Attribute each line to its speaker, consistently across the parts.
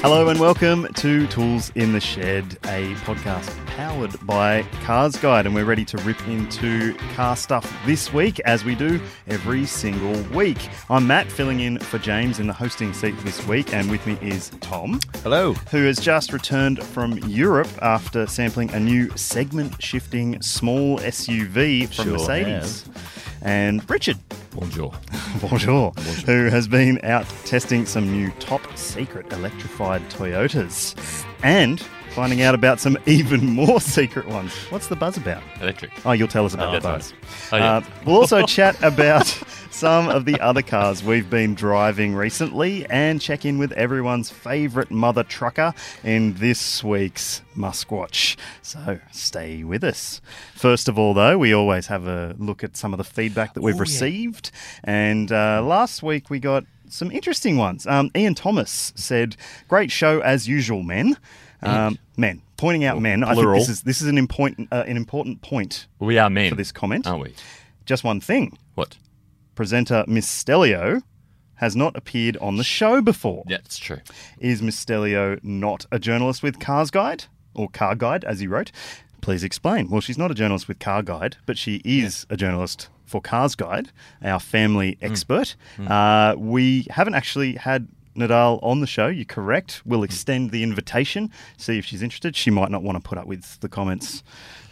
Speaker 1: Hello and welcome to Tools in the Shed, a podcast powered by Cars Guide. And we're ready to rip into car stuff this week, as we do every single week. I'm Matt, filling in for James in the hosting seat this week. And with me is Tom,
Speaker 2: Hello.
Speaker 1: who has just returned from Europe after sampling a new segment shifting small SUV from
Speaker 2: Sure
Speaker 1: Mercedes.
Speaker 2: has.
Speaker 1: And Richard,
Speaker 2: Bonjour.
Speaker 1: Bonjour, who has been out testing some new top secret electrified Toyotas and finding out about some even more secret ones. What's the buzz about?
Speaker 3: Electric.
Speaker 1: Oh, you'll tell us about the
Speaker 3: that's
Speaker 1: buzz.
Speaker 3: right. Oh, yeah.
Speaker 1: Uh, we'll also chat about some of the other cars we've been driving recently and check in with everyone's favourite mother trucker in this week's Muskwatch. So stay with us. First of all, though, we always have a look at some of the feedback that we've
Speaker 3: Oh,
Speaker 1: received. And uh, last week we got some interesting ones. Um, Ian Thomas said, Great show as usual, men. Um, men. Pointing out men. I
Speaker 3: plural.
Speaker 1: think this is, this is an important, uh, an important point
Speaker 3: We are men.
Speaker 1: for this comment.
Speaker 3: Aren't we?
Speaker 1: Just one thing.
Speaker 3: What?
Speaker 1: Presenter Miss Stelio has not appeared on the show before.
Speaker 3: Yeah, it's true.
Speaker 1: Is Miss Stelio not a journalist with Cars Guide or Car Guide, as you wrote? Please explain. Well, she's not a journalist with Car Guide, but she is a journalist for Cars Guide, our family expert. Uh, we haven't actually had Nadal on the show. You're correct. We'll extend the invitation, see if she's interested. She might not want to put up with the comments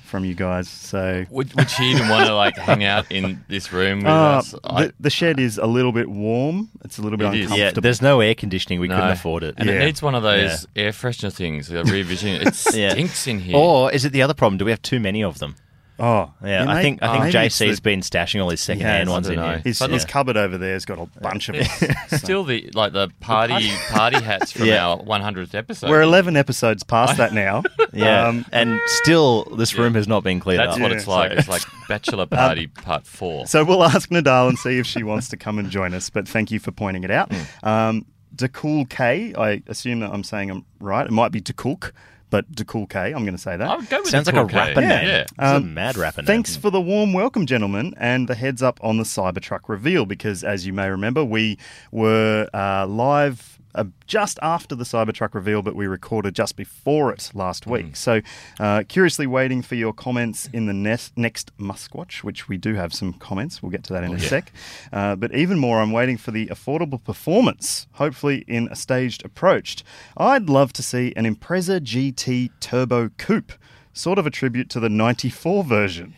Speaker 1: from you guys. So
Speaker 3: Would, would she even want to like hang out in this room with
Speaker 1: Uh,
Speaker 3: us? I,
Speaker 1: the, the shed is a little bit warm. It's a little bit
Speaker 3: It is.
Speaker 1: uncomfortable.
Speaker 2: Yeah, there's no air conditioning. We couldn't
Speaker 3: no.
Speaker 2: afford it.
Speaker 3: And
Speaker 1: Yeah.
Speaker 3: it needs one of those air freshener things, a rear vision. It
Speaker 2: Yeah.
Speaker 3: stinks in here.
Speaker 2: Or is it the other problem? Do we have too many of them?
Speaker 1: oh,
Speaker 2: Yeah, I
Speaker 1: may-
Speaker 2: think I think
Speaker 1: maybe it's
Speaker 2: JC's
Speaker 1: the-
Speaker 2: been stashing all his secondhand
Speaker 1: Yeah,
Speaker 2: ones
Speaker 3: I
Speaker 2: in
Speaker 3: don't
Speaker 2: here.
Speaker 3: know.
Speaker 1: His,
Speaker 3: But
Speaker 1: his
Speaker 3: yeah.
Speaker 1: cupboard over there's got a bunch of.
Speaker 3: It's still the like the party party hats from
Speaker 2: Yeah.
Speaker 3: our 100th episode.
Speaker 1: We're 11 episodes past that now.
Speaker 2: Yeah,
Speaker 1: Um,
Speaker 2: and still this room has not been cleared
Speaker 3: That's
Speaker 2: up.
Speaker 3: what
Speaker 1: Yeah. Um,
Speaker 3: it's like. It's like bachelor party part four.
Speaker 1: so we'll ask Nadal and see if she wants to come and join us. But thank you for pointing it out.
Speaker 2: Hmm.
Speaker 1: Um, Dakul K, I assume that I'm saying I'm right. It might be Dakulk, but Dakul K, I'm going to say that.
Speaker 3: I would go with
Speaker 2: Sounds
Speaker 3: the
Speaker 2: like a
Speaker 3: cool K.
Speaker 2: rapper
Speaker 3: yeah.
Speaker 2: name.
Speaker 3: Yeah.
Speaker 2: It's a mad rapper name.
Speaker 1: Um, Thanks for the warm welcome, gentlemen, and the heads up on the Cybertruck reveal. Because as you may remember, we were uh, live uh, just after the Cybertruck reveal, but we recorded just before it last week. So, uh, curiously waiting for your comments in the next, next Muskwatch, which we do have some comments. We'll get to that in a sec. Uh, but even more, I'm waiting for the affordable performance, hopefully in a staged approach. I'd love to see an Impreza GT Turbo Coupe sort of a tribute to the 94 version.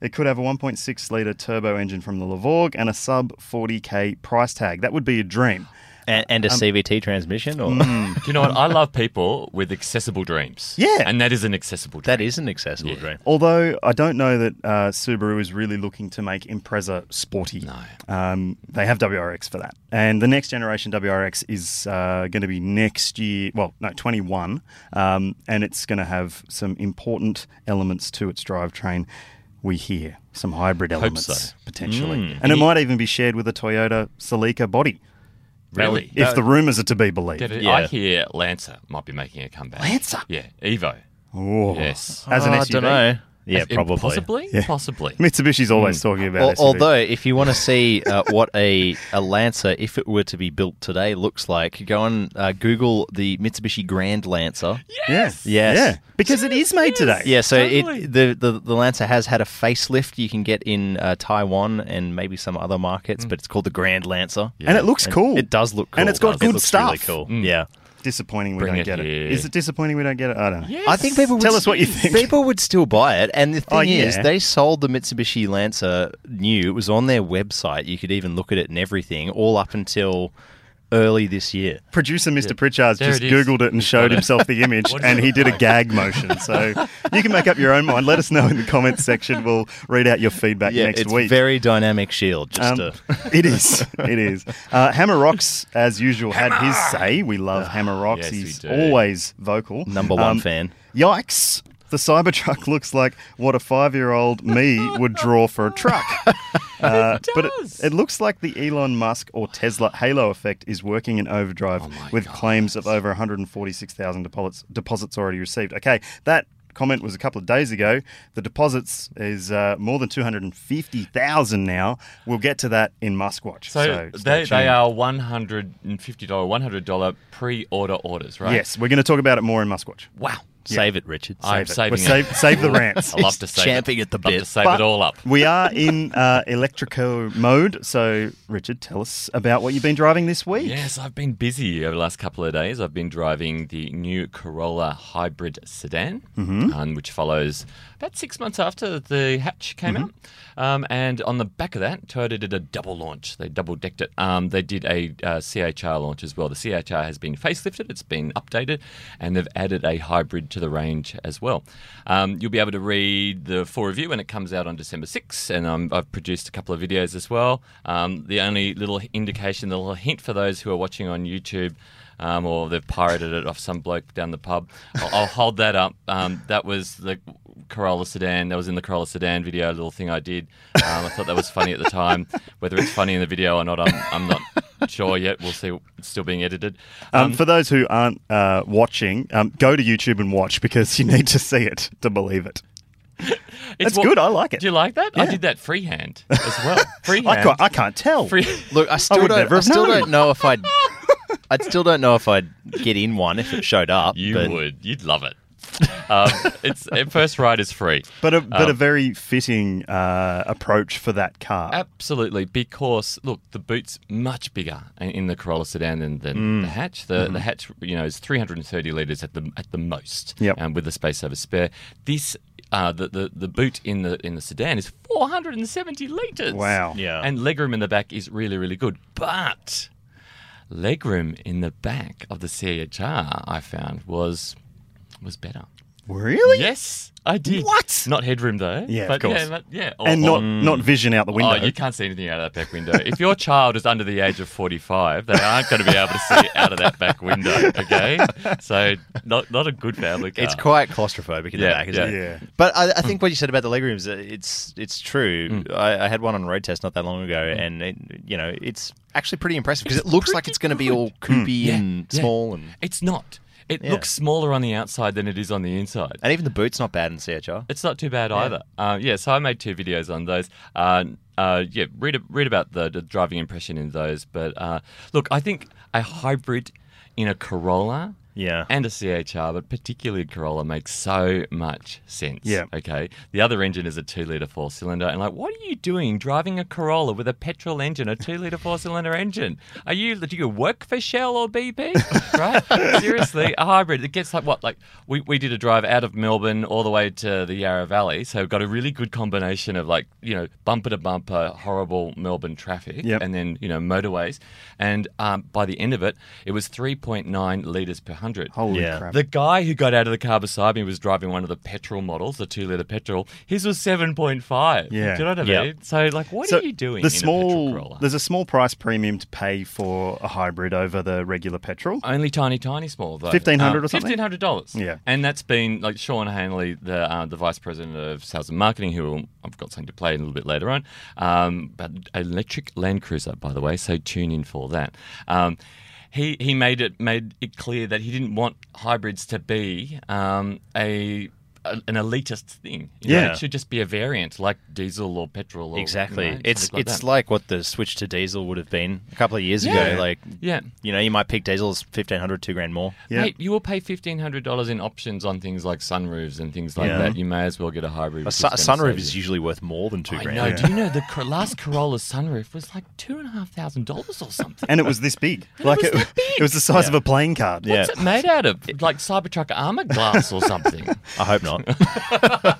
Speaker 1: It could have a 1.6 litre turbo engine from the Lavorg and a sub 40k price tag. That would be a dream.
Speaker 2: and, and
Speaker 1: um,
Speaker 2: a CVT transmission, or
Speaker 1: mm.
Speaker 3: Do you know what? I love people with accessible dreams.
Speaker 1: Yeah.
Speaker 3: And that is an accessible dream.
Speaker 2: that is an accessible dream.
Speaker 1: Although I don't know that uh, Subaru is really looking to make Impreza sporty.
Speaker 3: No.
Speaker 1: Um, they have WRX for that. And the next generation WRX is uh, going to be next year, well, no, 21. Um, and it's going to have some important elements to its drivetrain, we hear. Some hybrid elements,
Speaker 3: so. Hmm.
Speaker 1: potentially. And it might even be shared with a Toyota Celica body,
Speaker 3: Really?
Speaker 1: if the rumours are to be believed.
Speaker 3: Get it?
Speaker 2: Yeah.
Speaker 3: I hear Lancer might be making a comeback.
Speaker 1: Lancer?
Speaker 3: Yeah. Evo.
Speaker 1: Oh.
Speaker 3: Yes.
Speaker 1: As an
Speaker 2: Oh,
Speaker 1: SUV.
Speaker 2: I don't know. Yeah,
Speaker 3: It-
Speaker 2: probably.
Speaker 3: Possibly? Possibly.
Speaker 1: Mitsubishi's always
Speaker 3: Hmm.
Speaker 1: talking about
Speaker 2: Al-
Speaker 1: SUVs.
Speaker 2: although, if you want to see uh, what a, a Lancer, if it were to be built today, looks like, go and uh, Google the Mitsubishi Grand Lancer.
Speaker 1: Yes.
Speaker 2: Yes.
Speaker 1: Yeah. Because it is made today.
Speaker 2: Yeah, so
Speaker 3: Totally.
Speaker 2: it, the, the the Lancer has had a facelift you can get in uh, Taiwan and maybe some other markets,
Speaker 3: Hmm.
Speaker 2: but it's called the Grand Lancer.
Speaker 1: And it looks cool.
Speaker 2: It does look cool.
Speaker 1: And it's got
Speaker 2: doesn't it?
Speaker 1: good
Speaker 2: it looks
Speaker 1: stuff.
Speaker 2: really cool.
Speaker 3: Hmm.
Speaker 2: Yeah.
Speaker 1: Disappointing we
Speaker 3: Bring
Speaker 1: don't
Speaker 3: it
Speaker 1: get it. Is
Speaker 3: here.
Speaker 1: it disappointing we don't get it? I don't know.
Speaker 3: Yes.
Speaker 2: I think people would
Speaker 1: Tell us what you think.
Speaker 2: People would still buy it, and the thing
Speaker 1: Oh,
Speaker 2: is,
Speaker 1: yeah.
Speaker 2: they sold the Mitsubishi Lancer new. It was on their website. You could even look at it and everything, all up until early this year.
Speaker 1: Producer Mr. Pritchard's
Speaker 3: There
Speaker 1: just
Speaker 3: it is.
Speaker 1: googled it and showed himself the image,
Speaker 3: What does
Speaker 1: and
Speaker 3: it
Speaker 1: he
Speaker 3: look
Speaker 1: did a
Speaker 3: like?
Speaker 1: gag motion. So you can make up your own mind. Let us know in the comments section. We'll read out your feedback
Speaker 2: Yeah,
Speaker 1: next
Speaker 2: it's
Speaker 1: week.
Speaker 2: very dynamic shield. Just
Speaker 1: Um,
Speaker 2: to,
Speaker 1: it is. It is. Uh, Hammer Rocks, as usual, had his say. We love Hammer Rocks.
Speaker 3: Ah, yes, we
Speaker 1: He's
Speaker 3: do.
Speaker 1: always vocal.
Speaker 2: number one
Speaker 1: Um,
Speaker 2: fan.
Speaker 1: Yikes. The Cybertruck looks like what a five year old me would draw for a truck. Uh, But it,
Speaker 3: does.
Speaker 1: it looks like the Elon Musk or Tesla halo effect is working in overdrive with claims of over 146,000 deposits, deposits already received. Okay, that comment was a couple of days ago. The deposits is uh, more than two hundred and fifty thousand now. We'll get to that in Muskwatch. stay
Speaker 3: So, they, they
Speaker 1: tuned.
Speaker 3: are one hundred and fifty dollar, one hundred dollar pre order orders, right?
Speaker 1: Yes, we're going to talk about it more in Muskwatch.
Speaker 3: Wow.
Speaker 2: Save it, Richard.
Speaker 3: I'm
Speaker 1: Save it.
Speaker 3: saving
Speaker 1: We'll save,
Speaker 3: it.
Speaker 1: save the rants.
Speaker 3: I love to save
Speaker 2: champing
Speaker 3: it.
Speaker 2: at the
Speaker 3: Love
Speaker 2: bit.
Speaker 3: to save
Speaker 1: But
Speaker 3: it all up.
Speaker 1: we are in uh, electrico mode. So, Richard, tell us about what you've been driving this week.
Speaker 3: Yes, I've been busy over the last couple of days. I've been driving the new Corolla hybrid sedan, um, which follows about six months after the hatch came out. Um, and on the back of that, Toyota did a double launch. They double decked it. Um, they did a uh, CHR launch as well. The CHR has been facelifted, it's been updated, and they've added a hybrid to the range as well. Um, you'll be able to read the full review when it comes out on December 6th, and um, I've produced a couple of videos as well. Um, the only little indication, the little hint for those who are watching on YouTube. Um, or they've pirated it off some bloke down the pub. I'll, I'll hold that up. Um, that was the Corolla sedan. That was in the Corolla sedan video. A little thing I did. Um, I thought that was funny at the time. Whether it's funny in the video or not, I'm, I'm not sure yet. We'll see. It's still being edited.
Speaker 1: Um, for those who aren't uh, watching, um, go to YouTube and watch because you need to see it to believe it. It's
Speaker 3: wa-
Speaker 1: good. I like it.
Speaker 3: Do you like that? I
Speaker 1: Yeah.
Speaker 3: did that freehand as well. Freehand.
Speaker 1: I can't, I can't tell.
Speaker 3: Free-
Speaker 2: Look, I still
Speaker 1: would
Speaker 2: don't.
Speaker 1: never
Speaker 2: I
Speaker 1: have
Speaker 2: still
Speaker 1: known.
Speaker 2: don't know if I'd. I still don't know if I'd get in one if it showed up.
Speaker 3: You
Speaker 2: but
Speaker 3: would. You'd love it. Um, it's at first ride is free.
Speaker 1: But a,
Speaker 3: Oh.
Speaker 1: but a very fitting uh, approach for that car.
Speaker 3: Absolutely, because look, the boot's much bigger in- in the Corolla sedan than, than
Speaker 1: Mm.
Speaker 3: the hatch. The,
Speaker 1: Mm-hmm.
Speaker 3: the hatch, you know, is 330 liters at the at the most,
Speaker 1: Yep.
Speaker 3: and with the space over spare. This uh, the, the the boot in the in the sedan is 470 liters.
Speaker 1: Wow.
Speaker 2: Yeah.
Speaker 3: and legroom in the back is really really good, but legroom in the back of the CHR I found was was better.
Speaker 1: Really?
Speaker 3: Yes, I did.
Speaker 1: What?
Speaker 3: Not headroom though.
Speaker 1: Yeah, of
Speaker 3: but
Speaker 1: course.
Speaker 3: Yeah, but, yeah. or-
Speaker 1: And not
Speaker 3: or-
Speaker 2: Mm.
Speaker 1: not vision out the window.
Speaker 3: Oh, you can't see anything out of that back window. if your child is under the age of 45, they aren't going to be able to see out of that back window, okay? So, not not a good Uh, family car.
Speaker 2: It's quite claustrophobic in
Speaker 3: Yeah,
Speaker 2: the back, isn't
Speaker 3: yeah.
Speaker 2: it?
Speaker 1: Yeah.
Speaker 2: But I, I think what you said about the legrooms, uh, it's it's true.
Speaker 3: Mm.
Speaker 2: I, I had one on road test not that long ago, and it, you know it's actually pretty impressive because it looks like it's going to be all coopy
Speaker 3: Yeah,
Speaker 2: and
Speaker 3: yeah.
Speaker 2: small, and
Speaker 3: It's not. It looks smaller on the outside than it is on the inside.
Speaker 2: and even the boot's not bad in CHR.
Speaker 3: It's not too bad either. Uh, yeah, so I made two videos on those. Uh, uh, yeah, read a- read about the, the driving impression in those. But uh, look, I think a hybrid in a Corolla,
Speaker 2: Yeah.
Speaker 3: and a CHR, but particularly a Corolla, makes so much sense.
Speaker 1: Yeah.
Speaker 3: Okay. The other engine is a two liter four cylinder, and like, what are you doing driving a Corolla with a petrol engine, a two liter four cylinder engine? Are you do you work for Shell or BP? Right? Seriously, a hybrid. It gets like what? Like we, we did a drive out of Melbourne all the way to the Yarra Valley, so we've got a really good combination of like you know bumper to bumper horrible Melbourne traffic,
Speaker 1: Yep.
Speaker 3: and then you know motorways, and um, by the end of it, it was three point nine liters per hundred.
Speaker 1: Holy
Speaker 2: Yeah.
Speaker 1: crap.
Speaker 3: The guy who got out of the car beside me was driving one of the petrol models, the two liter petrol. His was 7.5.
Speaker 1: Yeah.
Speaker 3: Do you know what I mean?
Speaker 2: Yeah.
Speaker 3: So, like, what
Speaker 1: So
Speaker 3: are you doing?
Speaker 1: The
Speaker 3: in a
Speaker 1: small
Speaker 3: petrol Corolla?
Speaker 1: there's a small price premium to pay for a hybrid over the regular petrol.
Speaker 3: Only tiny, tiny small though. Um,
Speaker 1: 1500 or something?
Speaker 3: Fifteen hundred dollars.
Speaker 1: Yeah.
Speaker 3: and that's been like Sean Hanley, the uh, the vice president of sales and marketing, who I've got something to play in a little bit later on. Um, but electric Land Cruiser, by the way, so tune in for that. Um, he, he made it made it clear that he didn't want hybrids to be um, a, a an elitist thing. You know,
Speaker 1: Yeah.
Speaker 3: it should just be a variant like diesel or petrol. Or, you
Speaker 2: Exactly.
Speaker 3: know,
Speaker 2: it's
Speaker 3: something like
Speaker 2: it's
Speaker 3: that.
Speaker 2: like what the switch to diesel would have been a couple of years
Speaker 3: Yeah.
Speaker 2: ago. Like
Speaker 3: yeah.
Speaker 2: you know, you might pick diesels fifteen hundred, two grand more.
Speaker 1: Yeah.
Speaker 3: Mate, you will pay fifteen hundred dollars in options on things like sunroofs and things like
Speaker 2: Yeah.
Speaker 3: that. You may as well get a hybrid.
Speaker 2: A,
Speaker 3: which
Speaker 2: su- a
Speaker 3: is gonna
Speaker 2: sunroof
Speaker 3: save
Speaker 2: is
Speaker 3: you.
Speaker 2: usually worth more than two
Speaker 3: I
Speaker 2: grand.
Speaker 3: know. Do you know the Cor- last Corolla sunroof was like two and a half thousand dollars or something?
Speaker 1: And it was this big. Like it,
Speaker 3: uh, was that big.
Speaker 1: it was the size of a playing card.
Speaker 2: Yeah.
Speaker 3: What's it made out of? Like Cybertruck armor glass or something?
Speaker 2: I hope not.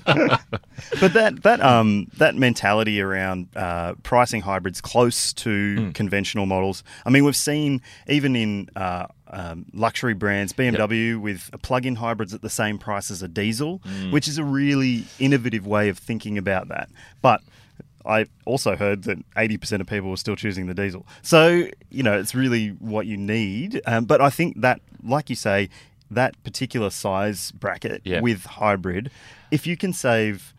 Speaker 1: But that that um that mentality around uh, pricing hybrids close to conventional models. I mean, we've seen even in uh, um, luxury brands BMW with plug-in hybrids at the same price as a diesel, which is a really innovative way of thinking about that. But I also heard that 80% of people were still choosing the diesel. So, you know, it's really what you need. Um, but I think that, like you say, that particular size bracket
Speaker 3: Yeah.
Speaker 1: with hybrid, if you can save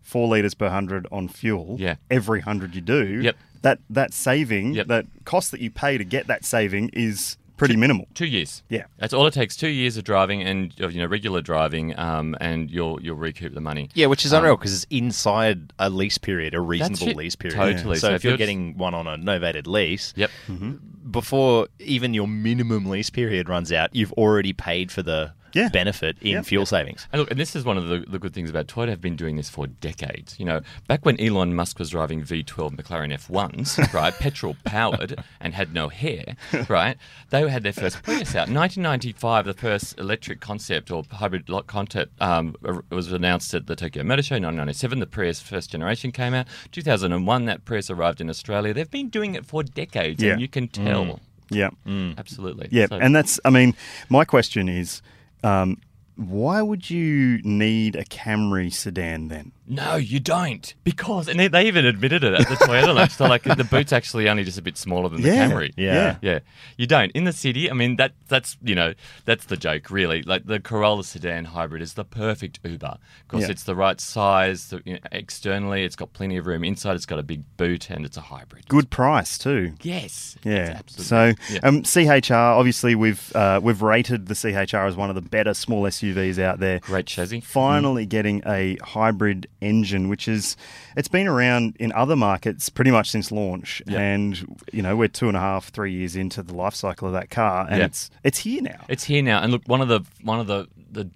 Speaker 1: four litres per hundred on fuel
Speaker 3: Yeah.
Speaker 1: every hundred you do,
Speaker 3: Yep.
Speaker 1: that, that saving,
Speaker 3: Yep.
Speaker 1: that cost that you pay to get that saving is pretty minimal.
Speaker 3: Two years.
Speaker 1: Yeah.
Speaker 3: that's all it takes. Two years of driving and of, you know regular driving, um, and you'll you'll recoup the money.
Speaker 2: Yeah, which is unreal because it's inside a lease period, a reasonable
Speaker 3: it.
Speaker 2: lease period.
Speaker 3: Totally.
Speaker 2: So,
Speaker 3: So
Speaker 2: if
Speaker 3: if
Speaker 2: you're
Speaker 3: you're just-
Speaker 2: getting one on a novated lease,
Speaker 3: Yep.
Speaker 2: Mm-hmm. before even your minimum lease period runs out, you've already paid for the
Speaker 1: Yeah.
Speaker 2: benefit in
Speaker 1: Yep.
Speaker 2: fuel savings.
Speaker 3: And look, and this is one of the, the good things about Toyota have been doing this for decades. You know, back when Elon Musk was driving V12 McLaren F1s, right, petrol powered and had no hair, right, they had their first Prius out. 1995, the first electric concept or hybrid lot concept um, ar- was announced at the Tokyo Motor Show. 1997, the Prius first generation came out. 2001, that Prius arrived in Australia. They've been doing it for decades,
Speaker 1: Yeah.
Speaker 3: and you can tell.
Speaker 1: Yeah.
Speaker 3: Absolutely.
Speaker 1: Yeah,
Speaker 3: Mm. So-
Speaker 1: and that's. I mean, my question is, um, why would you need a Camry sedan then?
Speaker 3: No, you don't. Because, and they, they even admitted it at the Toyota launch. So, like, the boot's actually only just a bit smaller than the
Speaker 1: Yeah,
Speaker 3: Camry.
Speaker 2: yeah.
Speaker 3: Yeah. You don't. In the city, I mean, that that's, you know, that's the joke, really. Like, the Corolla sedan hybrid is the perfect Uber. Because
Speaker 1: Yeah.
Speaker 3: it's the right size the, you know, externally, it's got plenty of room inside, it's got a big boot, and it's a hybrid.
Speaker 1: Good price too.
Speaker 3: Yes.
Speaker 1: Yeah.
Speaker 3: It's
Speaker 1: So
Speaker 3: absolutely- yeah.
Speaker 1: um, CHR, obviously we've uh, we've rated the CHR as one of the better small SUVs out there.
Speaker 3: Great chassis.
Speaker 1: Finally, getting a hybrid engine, which is it's been around in other markets pretty much since launch,
Speaker 3: Yeah.
Speaker 1: and you know we're two and a half, three years into the life cycle of that car, and
Speaker 3: Yeah.
Speaker 1: it's it's here now.
Speaker 3: It's here now, and look, one of the one of the the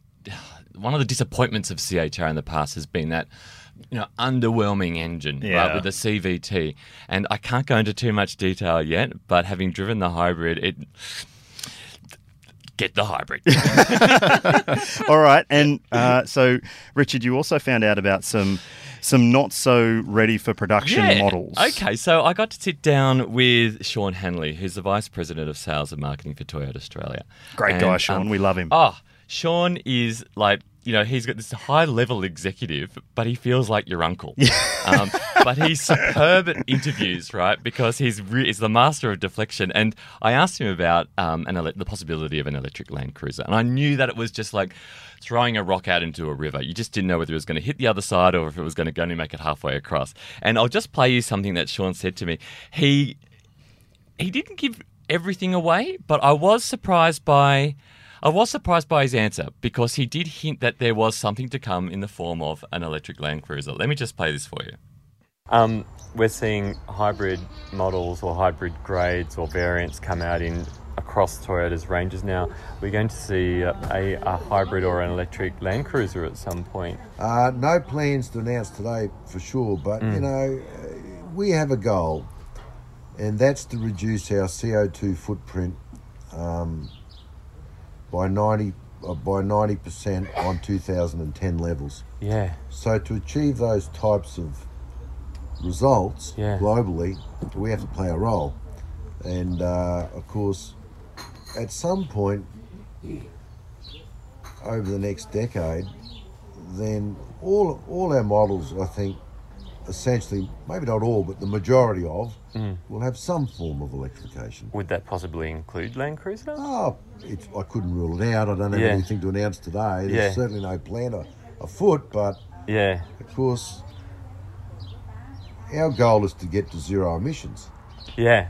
Speaker 3: one of the disappointments of CHR in the past has been that you know underwhelming engine
Speaker 2: Yeah.
Speaker 3: right, with the CVT, and I can't go into too much detail yet. But having driven the hybrid, it get the hybrid.
Speaker 1: All right, and uh, so Richard, you also found out about some some not so ready for production models.
Speaker 3: Okay, so I got to sit down with Sean Hanley, who's the Vice President of Sales and Marketing for Toyota Australia.
Speaker 1: Great
Speaker 3: And,
Speaker 1: guy,
Speaker 3: um,
Speaker 1: Sean. we love him.
Speaker 3: Oh, Sean is like, you know, he's got this high level executive, but he feels like your uncle. um, but he's superb at interviews, right? Because he's, re- he's the master of deflection. And I asked him about um, an ele- the possibility of an electric Land Cruiser. And I knew that it was just like throwing a rock out into a river. You just didn't know whether it was going to hit the other side or if it was going to only make it halfway across. And I'll just play you something that Sean said to me. He he didn't give everything away, but I was surprised by I was surprised by his answer because he did hint that there was something to come in the form of an electric Land Cruiser. Let me just play this for you.
Speaker 4: Um, we're seeing hybrid models or hybrid grades or variants come out in across Toyota's ranges now. We're going to see uh, a, a hybrid or an electric Land Cruiser at some point.
Speaker 5: Uh, no plans to announce today for sure, but you know, uh, we have a goal, and that's to reduce our CO2 footprint um, by 90 uh, by 90% on 2010 levels.
Speaker 4: Yeah,
Speaker 5: So to achieve those types of results
Speaker 4: Yeah.
Speaker 5: globally, we have to play a role. And uh, of course, at some point over the next decade, then all all our models, I think, essentially, maybe not all, but the majority of, will have some form of electrification.
Speaker 4: would that possibly include Land Cruiser?
Speaker 5: Oh, it's, I couldn't rule it out. I don't have
Speaker 4: Yeah.
Speaker 5: anything to announce today. There's
Speaker 4: Yeah.
Speaker 5: certainly no plan a- afoot, but
Speaker 4: Yeah,
Speaker 5: of course, our goal is to get to zero emissions.
Speaker 4: yeah,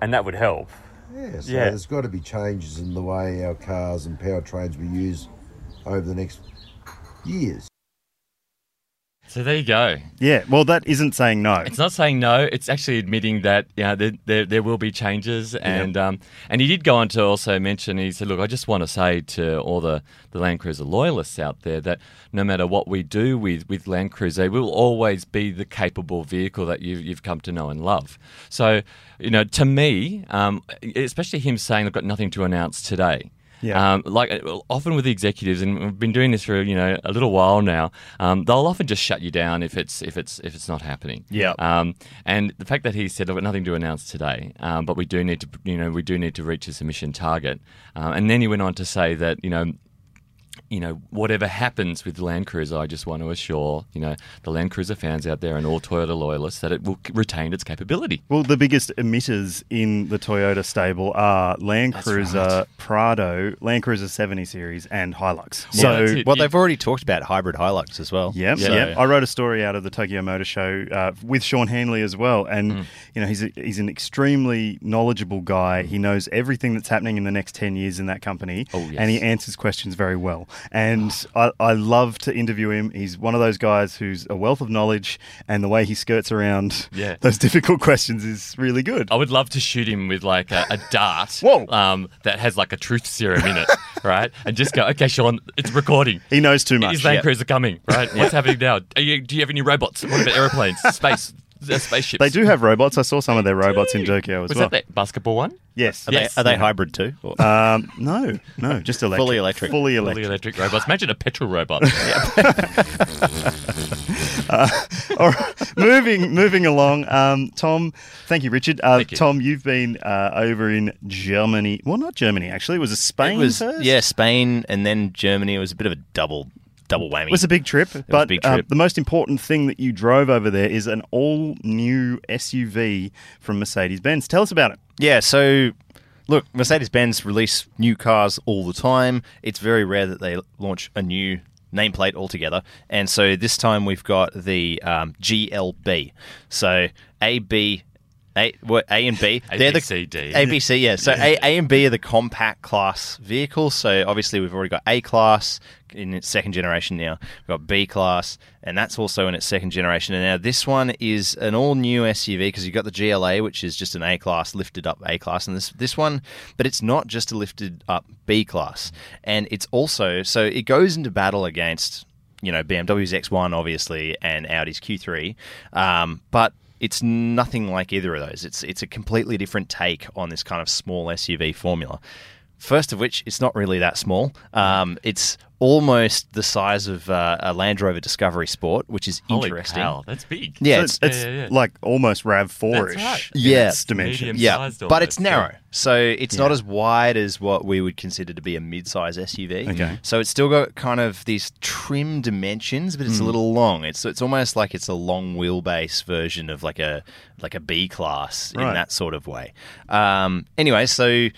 Speaker 4: and that would help.
Speaker 5: Yeah, so
Speaker 4: Yeah.
Speaker 5: there's got to be changes in the way our cars and powertrains we use over the next years.
Speaker 3: So there you go.
Speaker 1: Yeah, well, that isn't saying no.
Speaker 3: It's not saying no. It's actually admitting that you know, there, there, there will be changes, and um, and he did go on to also mention. He said, "Look, I just want to say to all the, the Land Cruiser loyalists out there that no matter what we do with, with Land Cruiser, we will always be the capable vehicle that you you've come to know and love." So, you know, to me, um, especially him saying, "I've got nothing to announce today."
Speaker 1: Yeah.
Speaker 3: Um, like uh, well, often with the executives, and we've been doing this for you know a little while now. Um, they'll often just shut you down if it's if it's if it's not happening.
Speaker 2: Yeah.
Speaker 3: Um, and the fact that he said, "I've got nothing to announce today, um, but we do need to, you know, we do need to reach this emission target," um, and then he went on to say that, you know. You know, whatever happens with Land Cruiser, I just want to assure you know the Land Cruiser fans out there and all Toyota loyalists that it will c- retain its capability.
Speaker 1: Well, the biggest emitters in the Toyota stable are Land Cruiser,
Speaker 3: right.
Speaker 1: Prado, Land Cruiser 70 Series, and Hilux.
Speaker 3: Yeah,
Speaker 1: so,
Speaker 3: that's it.
Speaker 2: Well,
Speaker 3: You-
Speaker 2: they've already talked about hybrid Hilux as well.
Speaker 1: Yep,
Speaker 3: Yeah. Hmm.
Speaker 1: yep. I wrote a story out of the Tokyo Motor Show uh, with Sean Hanley as well, and you know, he's a, he's an extremely knowledgeable guy. He knows everything that's happening in the next ten years in that company,
Speaker 3: Hmm. Oh, yes.
Speaker 1: and he answers questions very well. And I, I love to interview him. He's one of those guys who's a wealth of knowledge, and the way he skirts around
Speaker 3: Yeah. Oh,
Speaker 1: those difficult questions is really good.
Speaker 3: I would love to shoot him with like a, a dart
Speaker 1: Whoa.
Speaker 3: Um, that has like a truth serum in it, right? And just go, okay, Sean, it's recording.
Speaker 1: He knows too much.
Speaker 3: His land crews are coming, right? What's happening now? Are you, do you have any robots? What about airplanes? Space? Uh, spaceships?
Speaker 1: They do have robots. I saw some of their robots in Tokyo as
Speaker 3: Was
Speaker 1: well.
Speaker 3: that that basketball one?
Speaker 1: Yes.
Speaker 2: Are, they, are they hybrid too? Or-
Speaker 1: Um, no, no, just electric.
Speaker 2: Fully electric.
Speaker 1: Fully
Speaker 3: Fully
Speaker 1: electric.
Speaker 3: electric robots. Imagine a petrol robot.
Speaker 1: All right. moving, moving along. Um, Tom, thank you, Richard. Uh,
Speaker 3: Thank you.
Speaker 1: Tom, you've been uh, over in Germany. Well, not Germany actually. It was a Spain
Speaker 2: it was
Speaker 1: first.
Speaker 2: yeah, Spain and then Germany. It was a bit of a double double whammy.
Speaker 1: It was a big trip, but
Speaker 2: a big
Speaker 1: uh,
Speaker 2: trip.
Speaker 1: the most important thing that you drove over there is an all new SUV from Mercedes Benz. Tell us about it.
Speaker 2: Yeah, so look, Mercedes Benz release new cars all the time. It's very rare that they launch a new nameplate altogether. And so this time we've got the um, GLB. So A, B, A, what, A and B.
Speaker 3: A, B, C, D.
Speaker 2: A, B, C, yeah. So A, A and B are the compact class vehicles. So obviously we've already got A class in its second generation now. We've got B class, and that's also in its second generation. And now this one is an all new SUV because you've got the GLA, which is just an A class lifted up A class, and this this one, but it's not just a lifted up B class, and it's also so it goes into battle against you know BMW's X1 obviously and Audi's Q3, um, but it's nothing like either of those. It's it's a completely different take on this kind of small SUV formula. First of which, it's not really that small. Um, it's almost the size of uh, a Land Rover Discovery Sport, which is
Speaker 3: Holy
Speaker 2: interesting.
Speaker 3: cow, that's big.
Speaker 2: Yeah,
Speaker 1: So
Speaker 2: it's-
Speaker 1: it's,
Speaker 3: yeah, yeah, yeah.
Speaker 1: like almost Rav Four ish.
Speaker 3: That's right.
Speaker 2: Yeah.
Speaker 1: its dimension.
Speaker 3: Medium.
Speaker 2: yeah,
Speaker 3: sized
Speaker 2: but it's
Speaker 3: almost, yeah.
Speaker 2: narrow, so it's not as wide as what we would consider to be a mid-size SUV.
Speaker 1: Okay.
Speaker 2: so it's still got kind of these trim dimensions, but it's
Speaker 1: Hmm.
Speaker 2: a little long. It's it's almost like it's a long wheelbase version of like a like a B class
Speaker 1: Right.
Speaker 2: in that sort of way. Um, anyway, so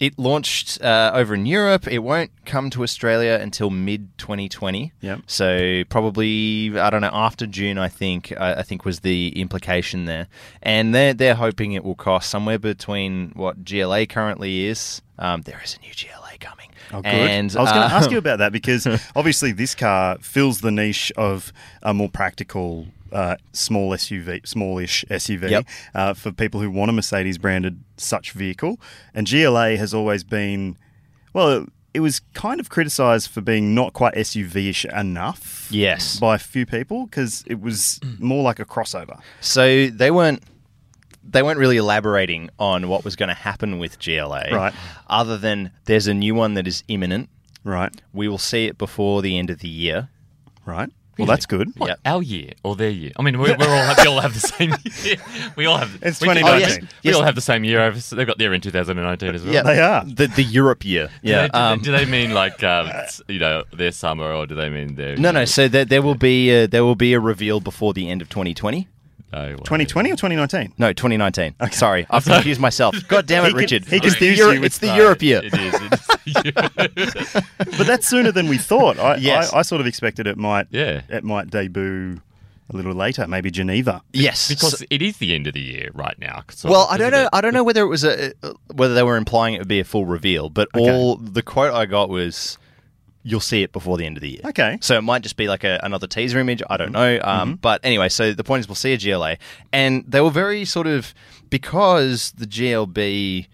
Speaker 2: it launched uh, over in Europe. It won't come to Australia until mid 2020.
Speaker 1: Yep.
Speaker 2: So probably I don't know after June. I think I, I think was the implication there, and they're they're hoping it will cost somewhere between what GLA currently is. Um, there is a new GLA coming.
Speaker 1: Oh, good.
Speaker 2: And,
Speaker 1: I was going to
Speaker 2: um,
Speaker 1: ask you about that because obviously this car fills the niche of a more practical uh, small SUV, smallish SUV
Speaker 2: Yep.
Speaker 1: uh, for people who want a Mercedes branded such vehicle. And GLA has always been, well, it was kind of criticised for being not quite SUV-ish enough.
Speaker 2: Yes. Mm.
Speaker 1: by a few people because it was more like a crossover.
Speaker 2: So they weren't they weren't really elaborating on what was going to happen with GLA,
Speaker 1: Right.
Speaker 2: Other than there's a new one that is imminent.
Speaker 1: Right,
Speaker 2: We will see it before the end of the year.
Speaker 1: right. Well, that's good.
Speaker 3: What,
Speaker 2: Yep.
Speaker 3: Our year or their year? I mean, we're, we're all have, we all have the same year. We all have.
Speaker 1: It's
Speaker 3: we do-
Speaker 1: 2019.
Speaker 3: we do-
Speaker 2: Oh, yes,
Speaker 3: We
Speaker 2: yes.
Speaker 3: all have the same year. Over, so they've got their in 2019 as well.
Speaker 1: They are.
Speaker 2: the the Europe year.
Speaker 3: Do
Speaker 2: Yeah.
Speaker 3: they, do,
Speaker 2: um,
Speaker 3: they, do they mean like um, s- you know their summer, or do they mean their?
Speaker 2: no, no. So there, there will be a, there will be a reveal before the end of 2020.
Speaker 3: Oh, wow.
Speaker 1: 2020 or 2019?
Speaker 2: No, 2019. Sorry, I've confused myself. God damn it,
Speaker 1: He can-
Speaker 2: Richard.
Speaker 1: he
Speaker 2: it's the,
Speaker 1: confused
Speaker 2: Euro-
Speaker 1: you with-
Speaker 2: it's the
Speaker 3: No,
Speaker 2: Europe year.
Speaker 3: It is. It is.
Speaker 1: But that's sooner than we thought. I,
Speaker 2: Yes.
Speaker 1: I, I sort of expected it might
Speaker 3: Yeah.
Speaker 1: it might debut a little later, maybe Geneva.
Speaker 2: yes.
Speaker 3: because
Speaker 2: So-
Speaker 3: it is the end of the year right now. sort
Speaker 2: well,
Speaker 3: of,
Speaker 2: I don't
Speaker 3: isn't
Speaker 2: know.
Speaker 3: it?
Speaker 2: I don't know whether it was a uh, whether they were implying it would be a full reveal, but all the quote I got was, "You'll see it before the end of the year."
Speaker 1: Okay. Mm-hmm.
Speaker 2: So it might just be like a, another teaser image. I don't know. Um, But anyway, so the point is we'll see a GLA. And they were very sort of, because the GLB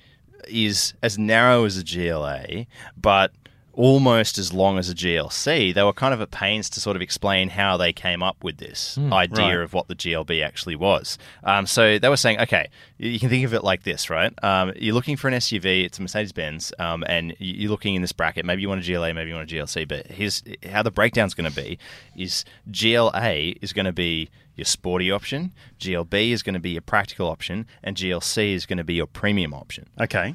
Speaker 2: is as narrow as a GLA, but almost as long as a GLC, they were kind of at pains to sort of explain how they came up with this idea
Speaker 1: Mm, right.
Speaker 2: of what the GLB actually was. Um, so they were saying, okay, you you can think of it like this, right? Um, you're looking for an SUV, it's a Mercedes Benz, um, and you- you're looking in this bracket. Maybe you want a GLA, maybe you want a GLC, but here's how the breakdown's going to be: is GLA is going to be your sporty option, GLB is going to be your practical option, and GLC is going to be your premium option
Speaker 1: Okay.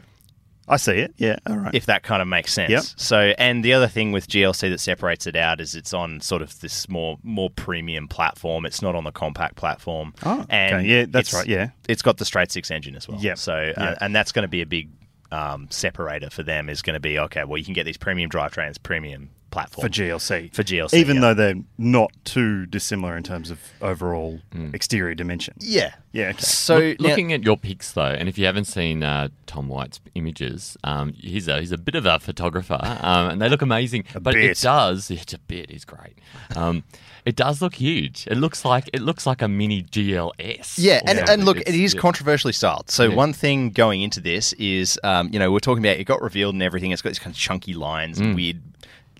Speaker 1: I see it. Yeah. All right.
Speaker 2: if that kind of makes sense.
Speaker 1: Yep.
Speaker 2: So, and the other thing with GLC that separates it out is it's on sort of this more more premium platform. It's not on the compact platform.
Speaker 1: Oh,
Speaker 2: and
Speaker 1: okay. Yeah, that's
Speaker 2: it's-
Speaker 1: right, yeah.
Speaker 2: it's got the straight six engine as well.
Speaker 1: Yep.
Speaker 2: So, uh,
Speaker 1: Yep.
Speaker 2: and that's going to be a big um, separator for them. Is going to be okay. Well, you can get these premium drivetrains, premium platform
Speaker 1: for GLC.
Speaker 2: For GLC,
Speaker 1: even
Speaker 2: yeah.
Speaker 1: though they're not too dissimilar in terms of overall exterior dimension.
Speaker 2: Hmm. Yeah,
Speaker 1: Yeah, okay.
Speaker 2: So
Speaker 3: Look-
Speaker 2: now-
Speaker 3: looking at your pics though, and if you haven't seen uh, Tom White's images, um, he's a he's a bit of a photographer, um, and they look amazing. but
Speaker 1: bit.
Speaker 3: it does it's a bit is great. Um, it does look huge. It looks like it looks like a mini GLS.
Speaker 2: Yeah, and,
Speaker 3: or
Speaker 2: and look,
Speaker 3: something.
Speaker 2: it is
Speaker 3: It's-
Speaker 2: controversially styled. So one thing going into this is, um, you know, we're talking about it got revealed and everything. It's got these kind of chunky lines, and weird,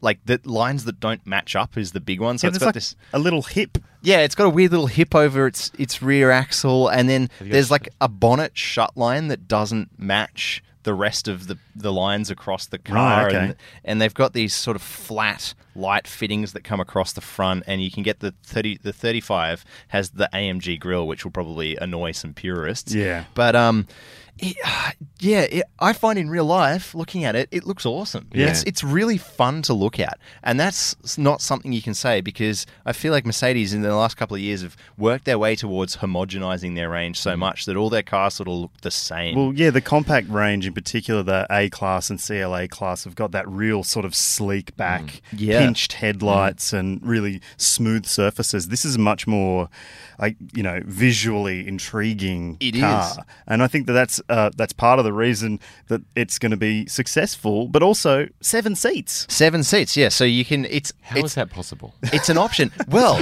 Speaker 2: like the lines that don't match up is the big one. So
Speaker 1: Yeah,
Speaker 2: it's
Speaker 1: there's like
Speaker 2: got this.
Speaker 1: a little hip.
Speaker 2: Yeah, it's got a weird little hip over its its rear axle, and then there's like a bonnet shut line that doesn't match the rest of the, the lines across the car,
Speaker 1: Right, okay.
Speaker 2: and, and they've got these sort of flat light fittings that come across the front, and you can get the thirty the thirty five has the AMG grille, which will probably annoy some purists.
Speaker 1: Yeah.
Speaker 2: but um. It, yeah, it, I find in real life, looking at it, it looks awesome.
Speaker 3: Yeah.
Speaker 2: It's, it's really fun to look at. And that's not something you can say because I feel like Mercedes in the last couple of years have worked their way towards homogenizing their range
Speaker 3: Mm.
Speaker 2: so much that all their cars sort of look the same.
Speaker 1: Well, yeah, the compact range in particular, the A class and CLA class, have got that real sort of sleek back,
Speaker 2: Yeah.
Speaker 1: pinched headlights, and really smooth surfaces. This is a much more, like you know, visually intriguing
Speaker 2: It
Speaker 1: car,
Speaker 2: is.
Speaker 1: and I think that that's uh, that's part of the reason that it's going to be successful. But also seven seats.
Speaker 2: Seven seats, yeah. So you can it's
Speaker 3: How
Speaker 2: it's,
Speaker 3: is that possible?
Speaker 2: it's an option. Well,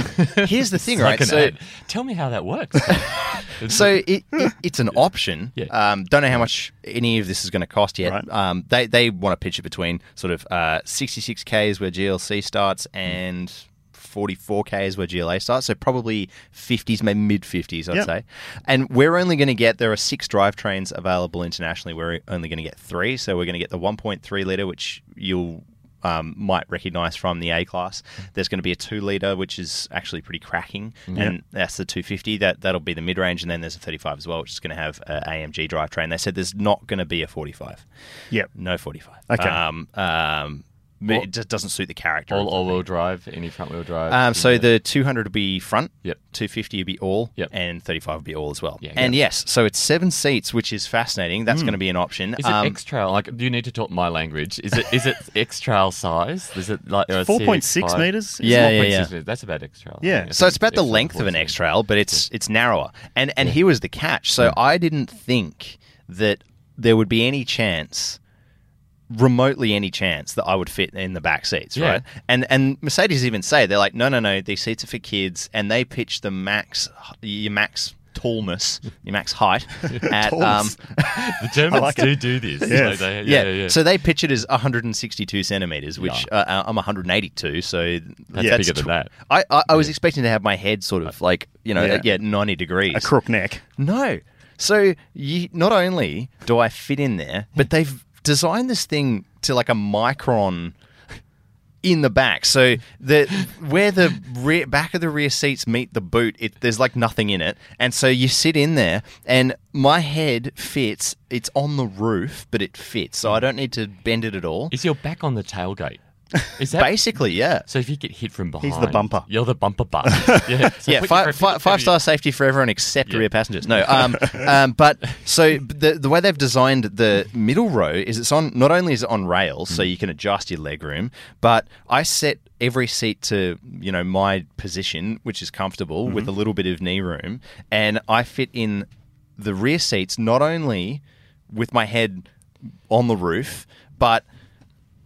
Speaker 2: here's the thing,
Speaker 3: It's like
Speaker 2: right?
Speaker 3: an
Speaker 2: So
Speaker 3: ad. tell me how that works. It's-
Speaker 2: So it, it, it's an option.
Speaker 3: Yeah.
Speaker 2: Um, don't know how much any of this is going to cost yet.
Speaker 1: Right.
Speaker 2: Um, they they want to pitch it between sort of uh, 66k is where GLC starts and 44k is where GLA starts. So probably 50s, maybe mid 50s, I'd
Speaker 1: Yep.
Speaker 2: say. And we're only going to get there are six drivetrains available internationally. We're only going to get three. So we're going to get the 1.3 liter, which you'll um, might recognize from the A class. There's going to be a two liter, which is actually pretty cracking, and that's the 250. That that'll be the mid range, and then there's a 35 as well, which is going to have an AMG drivetrain. They said there's not going to be a 45.
Speaker 1: Yep.
Speaker 2: No 45.
Speaker 1: Okay.
Speaker 2: Um, um, it just doesn't suit the character.
Speaker 3: all all wheel drive, any front wheel drive.
Speaker 2: Um, so the 200 would be front.
Speaker 3: Yep.
Speaker 2: 250 would be all.
Speaker 3: Yep.
Speaker 2: And 35 would be all as well.
Speaker 3: Yeah, Hmm.
Speaker 2: and yes, so it's seven seats, which is fascinating. That's going to be an option. Um,
Speaker 3: Is it X Trail? Like, do you need to talk my language? Is it is it X Trail size? Is it like uh,
Speaker 1: Four point six
Speaker 3: CX5?
Speaker 1: meters. is
Speaker 2: Yeah,
Speaker 1: what-
Speaker 2: yeah,
Speaker 3: 4.6
Speaker 2: yeah.
Speaker 3: meters. That's about X Trail.
Speaker 1: Yeah.
Speaker 2: So it's about the length of an X Trail, but it's it's narrower. And and here was the catch. So I didn't think that there would be any chance, remotely any chance, that I would fit in the back seats,
Speaker 3: Yeah.
Speaker 2: right? And and Mercedes even say they're like, no, no, no, these seats are for kids, and they pitch the max your max tallness, your max height at um,
Speaker 1: Tallness.
Speaker 3: The Germans
Speaker 1: like
Speaker 3: do do this.
Speaker 1: Yes.
Speaker 3: So they-
Speaker 2: yeah.
Speaker 3: yeah, yeah.
Speaker 2: So they pitch it as 162 centimeters, which uh, I'm 182. So that's,
Speaker 3: bigger than that.
Speaker 2: I, I, I was expecting to have my head sort of like you know
Speaker 1: Yeah.
Speaker 2: yeah, 90 degrees.
Speaker 1: A crook neck.
Speaker 2: No. So you, not only do I fit in there, but they've designed this thing to like a micron in the back. So the where the rear, back of the rear seats meet the boot, it, there's like nothing in it, and so you sit in there, and my head fits. It's on the roof, but it fits, so I don't need to bend it at all.
Speaker 3: is your back on the tailgate? Is that
Speaker 2: Basically, yeah.
Speaker 3: so? If you get hit from behind,
Speaker 1: the bumper.
Speaker 3: You're the bumper butt. yeah. So
Speaker 2: yeah,
Speaker 3: put
Speaker 2: fi-
Speaker 3: your-
Speaker 2: fi- five star safety for everyone except rear passengers. No, um, um, but so the the way they've designed the middle row is it's on. Not only is it on rails,
Speaker 3: Mm.
Speaker 2: so you can adjust your leg room, but I set every seat to you know my position, which is comfortable with a
Speaker 3: Mm-hmm.
Speaker 2: little bit of knee room, and I fit in the rear seats not only with my head on the roof, but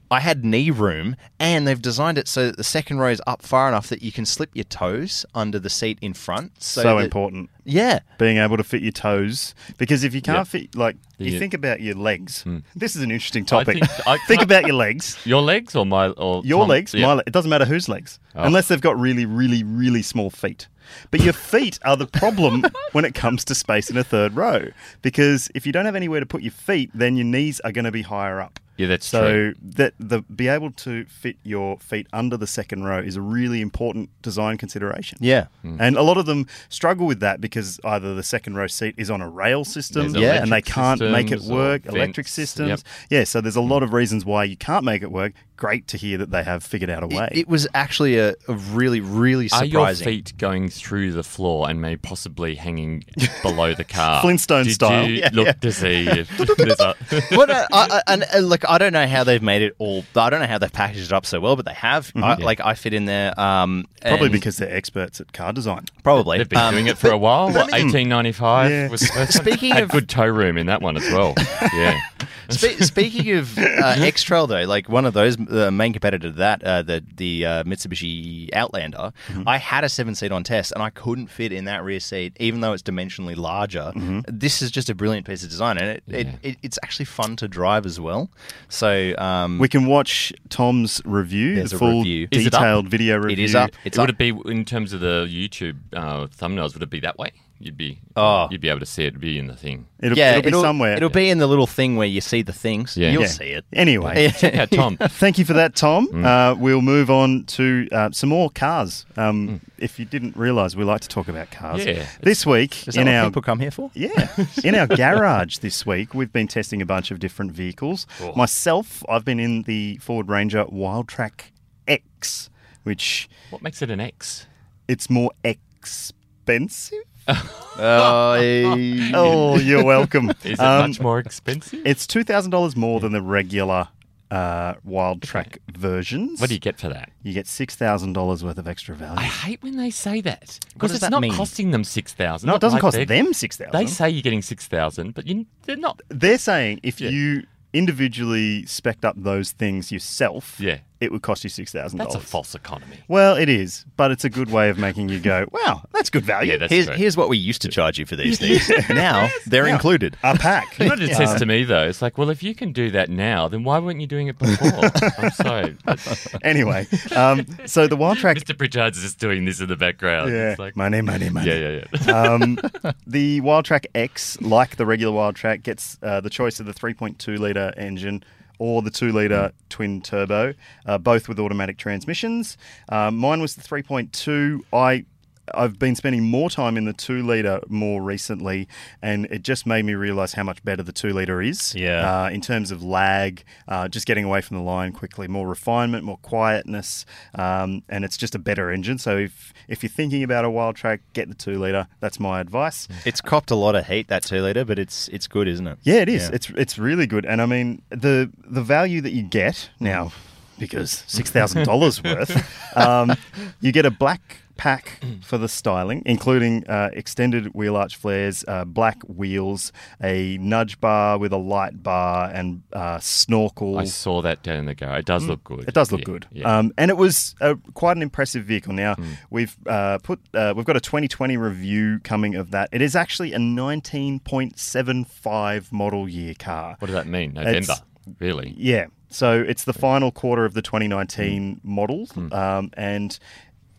Speaker 2: I had knee room, and they've designed it so that the second row is up far enough that you can slip your toes under the seat in front. So,
Speaker 1: So,
Speaker 2: that-
Speaker 1: important.
Speaker 2: Yeah.
Speaker 1: being able to fit your toes because if you can't fit like you
Speaker 3: Yeah.
Speaker 1: think about your legs this is an interesting topic
Speaker 3: think- I-
Speaker 1: think about your legs
Speaker 3: Your legs or my or
Speaker 1: your
Speaker 3: Tom-
Speaker 1: legs
Speaker 3: yeah. Oh.
Speaker 1: my le- it doesn't matter whose legs unless they've got really really really small feet but your feet are the problem when it comes to space in a third row because if you don't have anywhere to put your feet then your knees are going to be higher up
Speaker 3: Yeah, that's
Speaker 1: so
Speaker 3: true.
Speaker 1: that the be able to fit your feet under the second row is a really important design consideration
Speaker 2: Yeah.
Speaker 1: Mm. and a lot of them struggle with that because either the second row seat is on a rail system
Speaker 3: There's
Speaker 1: and they
Speaker 3: electric
Speaker 1: can't make it
Speaker 3: systems or
Speaker 1: work,
Speaker 3: vents,
Speaker 1: electric
Speaker 3: yep.
Speaker 2: Mm.
Speaker 1: systems. Yeah, so there's a lot of reasons why you can't make it work. great to hear that they have figured out a way.
Speaker 2: It, it was actually a, a really, really
Speaker 3: Are your
Speaker 2: surprising.
Speaker 3: feet going through the floor and may possibly hanging below the car?
Speaker 1: Flintstone
Speaker 3: Did
Speaker 1: style.
Speaker 3: You
Speaker 1: Yeah,
Speaker 3: look
Speaker 1: yeah.
Speaker 3: to see if there's a-
Speaker 2: but uh, I, I, and, uh, like, I don't know how they've made it all. I don't know how they've packaged it up so well, but they have. I, Like, I fit in there. Um,
Speaker 1: Mm-hmm. Probably
Speaker 2: and-
Speaker 1: because they're experts at car design.
Speaker 2: probably
Speaker 3: They've been
Speaker 2: Um,
Speaker 3: doing it for a while. What, 1895
Speaker 1: Yeah.
Speaker 3: was
Speaker 2: Speaking
Speaker 3: had
Speaker 2: of-
Speaker 3: good tow room in that one as well. Yeah.
Speaker 2: Spe- speaking of uh, X Trail, though, like one of those the main competitor to that, uh, the the uh, Mitsubishi Outlander,
Speaker 1: Mm-hmm.
Speaker 2: I had a seven seat on test, and I couldn't fit in that rear seat, even though it's dimensionally larger.
Speaker 1: Mm-hmm.
Speaker 2: This is just a brilliant piece of design, and it, it, it it's actually fun to drive as well. So um,
Speaker 1: We can watch Tom's review,
Speaker 2: There's
Speaker 1: the
Speaker 2: a
Speaker 1: full
Speaker 2: review.
Speaker 3: Is it up?
Speaker 1: detailed video review.
Speaker 2: it is up. It's
Speaker 3: would
Speaker 2: up.
Speaker 3: it be in terms of the YouTube uh, thumbnails? Would it be that way? You'd be
Speaker 2: Oh.
Speaker 3: you'd be able to see it. It'd be in the thing.
Speaker 1: It'll,
Speaker 2: yeah,
Speaker 1: it'll be somewhere.
Speaker 2: It'll be in the little thing where you see the things.
Speaker 3: Yeah.
Speaker 2: You'll
Speaker 1: Yeah.
Speaker 2: see it. Mm.
Speaker 1: Anyway,
Speaker 3: Yeah, Tom.
Speaker 1: thank you for that, Tom. Uh, we'll move on to uh, some more cars. Um,
Speaker 2: Mm.
Speaker 1: If you didn't realise, we like to talk about cars.
Speaker 3: Yeah.
Speaker 1: This week
Speaker 2: Is that
Speaker 1: in
Speaker 2: what
Speaker 1: our
Speaker 2: people come here for?
Speaker 1: Yeah. In our garage this week, we've been testing a bunch of different vehicles. Myself, I've been in the Ford Ranger Wildtrak X, which
Speaker 3: What makes it an X?
Speaker 1: it's more expensive.
Speaker 2: Uh,
Speaker 1: Oh, you're welcome.
Speaker 3: Is it
Speaker 1: Um,
Speaker 3: much more expensive?
Speaker 1: It's two thousand dollars more than the regular uh, Wildtrak versions.
Speaker 3: what do you get for that?
Speaker 1: You get six thousand dollars worth of extra
Speaker 3: I
Speaker 1: value.
Speaker 3: hate when they say that
Speaker 2: What
Speaker 3: because
Speaker 2: does
Speaker 3: it's
Speaker 2: that
Speaker 3: not
Speaker 2: mean?
Speaker 3: costing them six thousand.
Speaker 1: No, it doesn't cost them six thousand.
Speaker 3: They say you're getting six thousand, but you, they're not.
Speaker 1: They're saying if
Speaker 3: Yeah.
Speaker 1: you individually spec'd up those things yourself,
Speaker 3: Yeah.
Speaker 1: it would cost you six thousand
Speaker 3: That's
Speaker 1: dollars.
Speaker 3: a false economy.
Speaker 1: Well, it is, but it's a good way of making you go, wow, that's good value.
Speaker 3: Yeah, that's
Speaker 2: Here's,
Speaker 3: true.
Speaker 2: here's what we used to charge you for these things. Now they're included.
Speaker 1: a pack. Um,
Speaker 3: You know what it says to me though? It's like, well, if you can do that now, then why weren't you doing it before? I'm sorry, but
Speaker 1: anyway, um, so the Wild Track.
Speaker 3: Mr. Pritchard's just doing this in the background.
Speaker 1: Yeah,
Speaker 3: It's like,
Speaker 1: money, money, money.
Speaker 3: yeah, yeah, yeah.
Speaker 1: um, the Wild Track X, like the regular Wild Track, gets uh, the choice of the 3.2 litre engine or the 2 litre twin turbo, uh, both with automatic transmissions. Um, mine was the 3.2. I. I've been spending more time in the two liter more recently, and it just made me realize how much better the two liter is.
Speaker 2: Yeah.
Speaker 1: Uh, in terms of lag, uh, just getting away from the line quickly, more refinement, more quietness, um, and it's just a better engine. So if if you're thinking about a wild track, get the two liter. That's my advice.
Speaker 2: It's copped a lot of heat that two liter, but it's it's good, isn't it?
Speaker 1: Yeah, it is.
Speaker 2: Yeah.
Speaker 1: It's it's really good, and I mean the the value that you get now because six thousand dollars worth, um, you get a black pack for the styling, including uh, extended wheel arch flares, uh, black wheels, a nudge bar with a light bar, and uh, snorkel.
Speaker 3: I saw that down in the garage. It does
Speaker 2: Mm.
Speaker 3: look good.
Speaker 1: It does look
Speaker 3: Yeah,
Speaker 1: good,
Speaker 3: Yeah. Hmm.
Speaker 1: um, and it was uh quite an impressive vehicle. Now we've uh, put uh, we've got a 2020 review coming of that. It is actually a 19.75 model year car.
Speaker 3: what does that mean? November, really?
Speaker 1: Yeah, so it's the final quarter of the 2019
Speaker 2: Hmm.
Speaker 1: model, um, and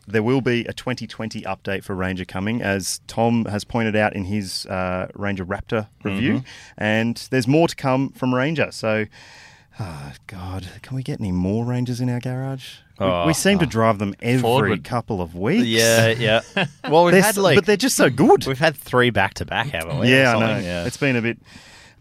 Speaker 1: there will be a 2020 update for Ranger coming, as Tom has pointed out in his uh, Ranger Raptor review.
Speaker 2: Mm-hmm.
Speaker 1: And there's more to come from Ranger, so. Oh, God, can we get any more Rangers in our garage? We, we seem to drive them every
Speaker 3: would-
Speaker 1: couple of weeks.
Speaker 2: Oh, Yeah, yeah. Well, we've
Speaker 1: They're
Speaker 2: had
Speaker 1: so-
Speaker 2: like
Speaker 1: but they're just so good.
Speaker 2: we've had three back to back, haven't we? or
Speaker 1: yeah, I know.
Speaker 2: something? Yeah.
Speaker 1: It's been a bit,